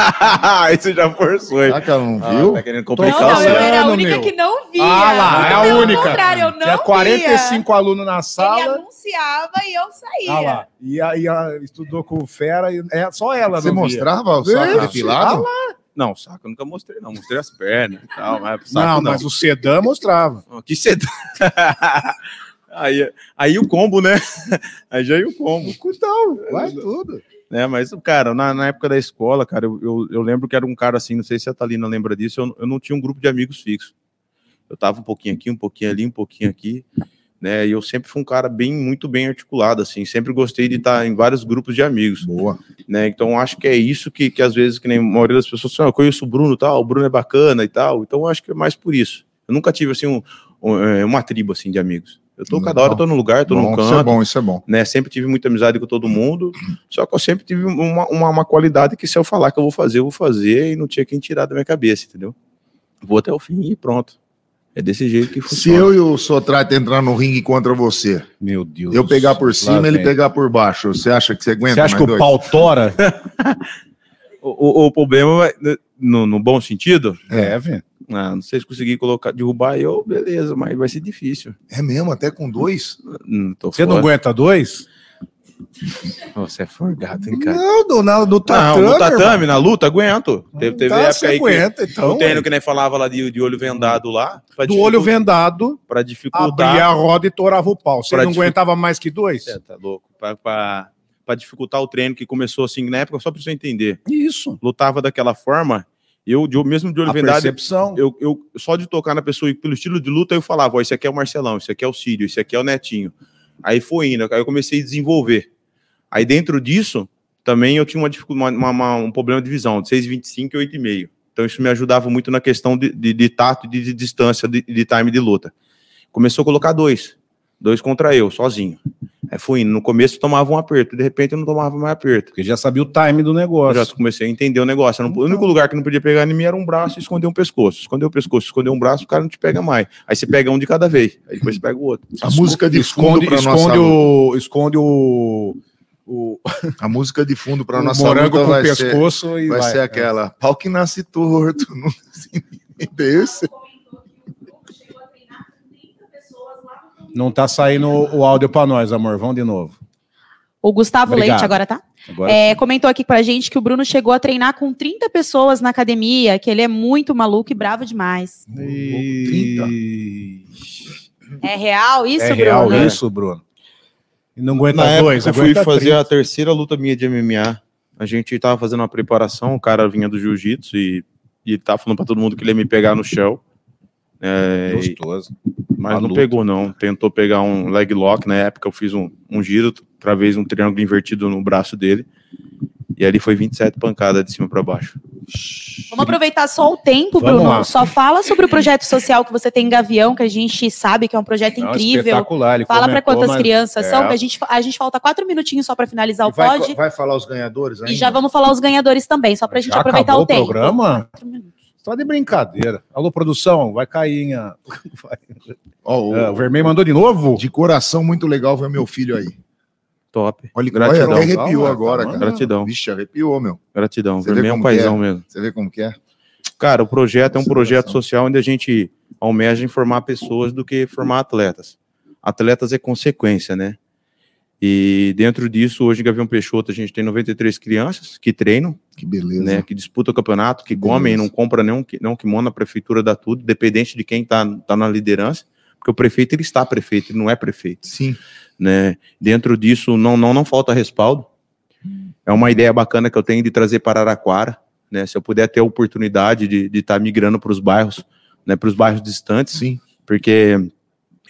Aí você já forçou, hein? Ah, cara, não Ah, viu? tá querendo Não, complicar o não, Calçando, eu seu. era a única meu. que não via. Ah lá, é a Pelo única. contrário, eu não Tinha 45 alunos na via. Ele sala. anunciava e eu saía. Ah lá. E aí a- estudou com o Fera e é só ela, Você não via. mostrava o Vixe, tá saco depilado? Não, saco, eu nunca mostrei, não. Mostrei as pernas e tal, mas saco Não, não. mas o sedã mostrava. Ó, Que cedo. aí, aí o combo, né? Aí já ia o combo. Então, Vai tudo. né? Mas, cara, na, na época da escola, cara, eu, eu, eu lembro que era um cara assim, não sei se a Thalina lembra disso, eu, eu não tinha um grupo de amigos fixo. Eu tava um pouquinho aqui, um pouquinho ali, um pouquinho aqui, né? E eu sempre fui um cara bem, muito bem articulado, assim, sempre gostei de estar em vários grupos de amigos, Boa. né? Então, acho que é isso que, que às vezes, que nem a maioria das pessoas, falam, "Ah, eu conheço o Bruno e tal, o Bruno é bacana e tal, então eu acho que é mais por isso. Eu nunca tive, assim, um- um, é, uma tribo, assim, de amigos. Eu tô cada hora, eu tô num lugar, eu tô Bom, num isso é canto, bom, isso é bom. né? Sempre tive muita amizade com todo mundo, só que eu sempre tive uma, uma, uma qualidade que se eu falar que eu vou fazer, eu vou fazer e não tinha quem tirar da minha cabeça, entendeu? Vou até o fim e pronto. É desse jeito que Se funciona. eu e o Sotrato entrar no ringue contra você, Meu Deus. eu pegar por cima, ele pegou. pegar por baixo, você acha que você aguenta Você acha que nós o dois? pau tora? O, o- o problema, é, no, no bom sentido, É. velho. ah, não sei se conseguir colocar, derrubar eu, beleza, mas vai ser difícil. É mesmo, até com dois? Hum, tô Você não fora. aguenta dois? Você é forgado, hein, cara? do, na, Não, do no tatame, na luta, aguento. Teve, teve Tá, época você aí que aguenta, então. o treino que nem falava lá de, de olho vendado lá. pra Do olho dificultar- vendado, Pra abria dificultar. a roda e torava o pau. Você Pra não dific- aguentava mais que dois? Você tá louco. Pra, pra, pra dificultar o treino que começou assim, na época, só pra você entender. Isso. Lutava daquela forma, eu, de- mesmo de olho A vendado, percepção. eu, eu- só de tocar na pessoa e pelo estilo de luta, eu falava, ó, esse aqui é o Marcelão, esse aqui é o Círio, esse aqui é o Netinho. Aí foi indo, aí eu comecei a desenvolver. Aí dentro disso, também eu tinha uma dificu- uma- uma- uma- um problema de visão, de 6,25 e 8,5. Então isso me ajudava muito na questão de, de, de tato, e de, de distância, de, de time de luta. Começou a colocar dois. Dois contra eu, sozinho. Aí fui indo. No começo eu tomava um aperto, de repente eu não tomava mais aperto. Porque já sabia o time do Eu negócio. já comecei a entender o negócio. Era um- O único lugar que não podia pegar em mim era um braço e esconder um pescoço. Esconder o pescoço, esconder um braço, o cara não te pega mais. Aí você pega um de cada vez. Aí depois você pega o outro. A música de fundo esconde, para esconde nossa luta. o, esconde o, o, A música de fundo para o nossa morango luta com o vai ser, pescoço e vai ser aquela. Pau que nasce torto. Não se desse. Não tá saindo o áudio pra nós, amor. Vamos de novo. O Gustavo Obrigado. Leite agora, tá? Agora É, comentou aqui pra gente que o Bruno chegou a treinar com 30 pessoas na academia, que ele é muito maluco e bravo demais. É real isso, é real Bruno? isso, Bruno? E não aguenta Na dois, época, eu fui aguenta fazer três. a terceira luta minha de MMA. A gente tava fazendo uma preparação, o cara vinha do jiu-jitsu e, e tava falando pra todo mundo que ele ia me pegar no chão. É, e- Gostoso. mas não maluco. pegou, não. Tentou pegar um leg lock. Na época, eu fiz um, um giro, através de um triângulo invertido no braço dele. E ali foi 27 pancadas de cima pra baixo. Vamos aproveitar só o tempo, Vamos Bruno. lá. Só fala sobre o projeto social que você tem em Gavião, que a gente sabe que é um projeto Não, incrível. espetacular. Ele Fala pra comentou, quantas mas- crianças é. são, que a gente, a gente falta quatro minutinhos só pra finalizar o Vai, pod. vai falar os ganhadores ainda? E já vamos falar os ganhadores também, só pra gente Já aproveitar acabou o tempo. programa? Quatro minutos. Só de brincadeira. Alô, produção, vai cair, hein? a- Ó, o- Ah, o Vermelho mandou de novo? De coração, muito legal ver meu filho aí. Top. Olha, Gratidão. olha até arrepiou Calma, agora, calma. cara. Gratidão. Vixe, arrepiou, meu. Gratidão. Você vê Vermelho é um como que é? paizão mesmo. Você vê como que é? Cara, o projeto é um Essa projeto educação. social onde a gente almeja em formar pessoas do que formar atletas. Atletas é consequência, né? E dentro disso, hoje em Gavião Peixoto, a gente tem 93 crianças que treinam, Que beleza. né, que disputam o campeonato, que comem, Beleza. não compra nenhum, qui- nenhum kimono, a prefeitura dá tudo, dependente de quem está tá na liderança, porque o prefeito ele está prefeito, ele não é prefeito Sim. né? Dentro disso, não, não, não falta respaldo. É uma ideia bacana que eu tenho de trazer para Araraquara, né? Se eu puder ter a oportunidade de estar migrando para os bairros, né? Para os bairros distantes, Sim. porque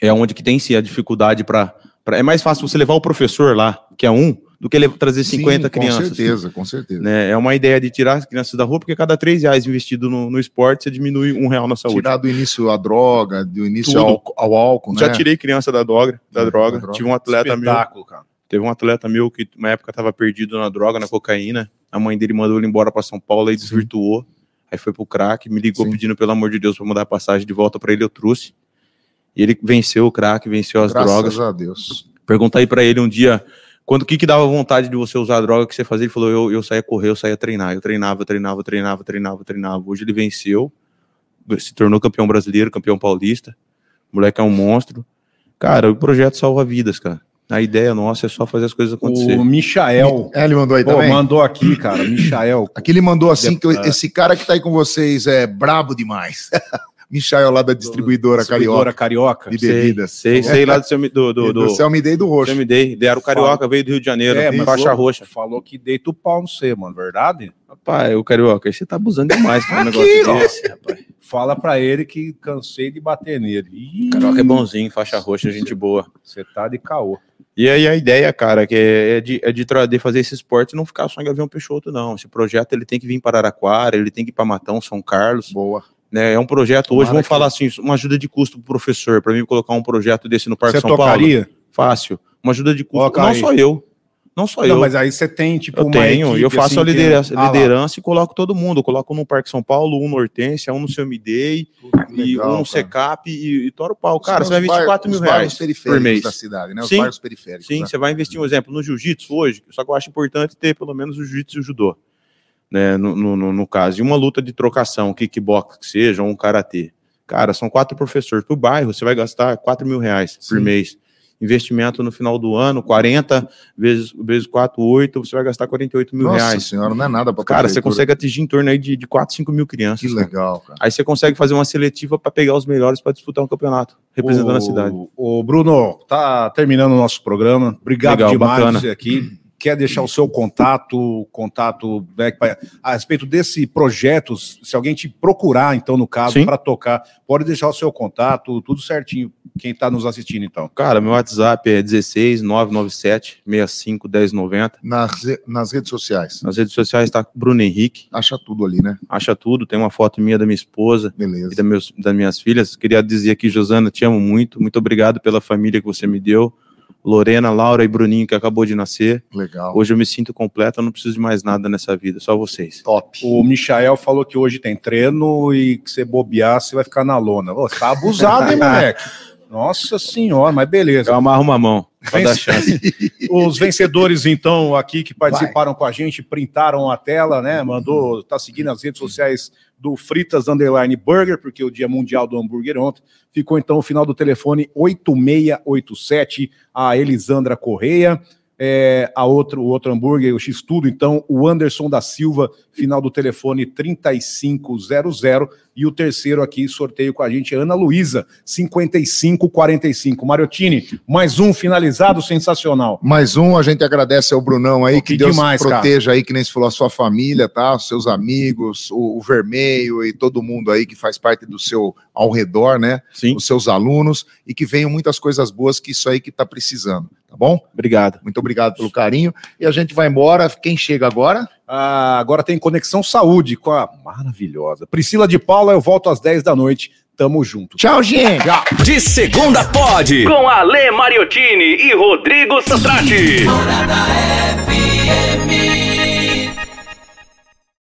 é onde que tem sim a dificuldade para. É mais fácil você levar o professor lá, que é um, do que levar- trazer 50 Sim, crianças. Com certeza, com certeza. Né? É uma ideia de tirar as crianças da rua, porque cada três reais investido no, no esporte, você diminui um real na saúde. Tirar do início a droga, do início Tudo. ao, ao álcool, Já né? tirei criança da droga, da É, droga. da droga. Tive um atleta meu Espetáculo, cara. Teve um atleta meu que na época estava perdido na droga, na cocaína. A mãe dele mandou ele embora para São Paulo e desvirtuou. Aí foi pro crack, me ligou Sim. pedindo pelo amor de Deus para mandar a passagem de volta para ele, eu trouxe. E ele venceu o crack, venceu as Graças drogas. a Deus. Perguntei para ele um dia, quando o que que dava vontade de você usar a droga o que você fazia? Ele falou, eu, eu saía correr, eu saía treinar. Eu treinava, treinava, treinava, treinava, treinava. Hoje ele venceu, se tornou campeão brasileiro, campeão paulista. O moleque é um monstro. Cara, o projeto salva vidas, cara. A ideia nossa é só fazer as coisas acontecer. O Michael. É, ele mandou aí Pô, também? mandou aqui, cara. Michael. Aqui ele mandou assim, que eu- esse cara que tá aí com vocês é brabo demais. Michael lá da distribuidora, Distribuidora carioca. carioca. de bebidas. Sei, sei, sei lá do seu do, do, do, é Céu me dei é do um roxo. Céu me dei. Deram carioca, veio do Rio de Janeiro, mas faixa falou- roxa. Falou que deita o pau no C, mano, verdade? Rapaz, o carioca, aí você tá abusando demais com um Aqui, negócio ó. desse, rapaz. Fala pra ele que cansei de bater nele. Ih, Carioca é bonzinho, faixa roxa, gente boa. Você tá de caô. E aí a ideia, cara, que é, é de, é de, tra- de fazer esse esporte e não ficar só em Gavião Peixoto, não. Esse projeto, ele tem que vir para Araraquara, ele tem que ir para Matão, São Carlos. Boa. Né? É um projeto hoje, Tomara vamos que- falar assim, uma ajuda de custo pro professor, para mim colocar um projeto desse no Parque Você São Paulo. tocaria? Fácil. Uma ajuda de custo, Coloca não aí. só eu. Não só eu. Não, mas aí você tem, tipo, Eu uma tenho, equipe, eu faço assim, a liderança, que- Ah lá. liderança e coloco todo mundo. Eu coloco um no Parque São Paulo, um no Hortência, um no Seu Midei, e um Legal, no cara. Secap e, e toro o pau. Cara, Os você vai investir bairros- 4 mil os bairros reais por periféricos mês. da cidade, né? Os Sim. bairros periféricos. Sim, né? você vai investir, um exemplo, no jiu-jitsu hoje, só que eu acho importante ter pelo menos o jiu-jitsu e o judô, né, no, no, no- no caso. E uma luta de trocação, kickbox que seja, ou um karatê. Cara, são quatro professores. Pro bairro, você vai gastar 4 mil reais por Sim. mês. Investimento no final do ano, 40 vezes, vezes 4, 8, você vai gastar 48 mil Nossa reais. senhora, não é nada pra Cara, você prefeitura. consegue atingir em torno aí de, de 4, 5 mil crianças. Que legal, cara. Aí você consegue fazer uma seletiva para pegar os melhores para disputar um campeonato, representando o, a cidade. O Bruno, tá terminando o nosso programa. Obrigado Legal, demais bacana. você aqui. Quer deixar o seu contato, contato né, pra- a respeito desse projeto, se alguém te procurar, então, no caso, Sim. para tocar, pode deixar o seu contato, tudo certinho, quem está nos assistindo, então. Cara, meu WhatsApp é 16 997 65 1090. Nas, re- nas redes sociais. Nas redes sociais está Bruno Henrique, Acha tudo ali, né? acha tudo. Tem uma foto minha da minha esposa e Beleza. da meus, das minhas filhas. Queria dizer aqui, Josana, te amo muito. Muito obrigado pela família que você me deu. Lorena, Laura e Bruninho, que acabou de nascer. Legal. Hoje eu me sinto completo, eu não preciso de mais nada nessa vida, só vocês. Top. O Michael falou que hoje tem treino e que você bobear, você vai ficar na lona. Ô, tá abusado, hein, moleque? Nossa senhora, mas beleza. Eu amarro uma mão, pra dar chance. Os vencedores, então, aqui que participaram com a gente, printaram a tela, né? Mandou, tá seguindo as redes sociais do Fritas Underline Burger, porque o Dia Mundial do Hambúrguer ontem. Ficou então o final do telefone 8687, a Elisandra Correia. É, a outro, o outro hambúrguer, o X-Tudo, então, o Anderson da Silva, final do telefone 3500. E o terceiro aqui, sorteio com a gente, Ana Luísa, 5545. Mariottini, mais um finalizado sensacional. Mais um, a gente agradece ao Brunão aí, Pô, que, que Deus demais, cara. proteja aí, que nem se falou, a sua família, tá? Os seus amigos, o, o Vermelho e todo mundo aí que faz parte do seu ao redor, né? Sim, Os seus alunos e que venham muitas coisas boas que isso aí que tá precisando, tá bom? obrigado. Muito obrigado pelo carinho. E a gente vai embora. Quem chega agora? Ah, agora tem Conexão Saúde com a maravilhosa Priscila de Paula. Eu volto às 10 da noite. Tamo junto. Tchau, gente! De segunda pode. Com Ale Mariottini e Rodrigo Santrati. Morada FM.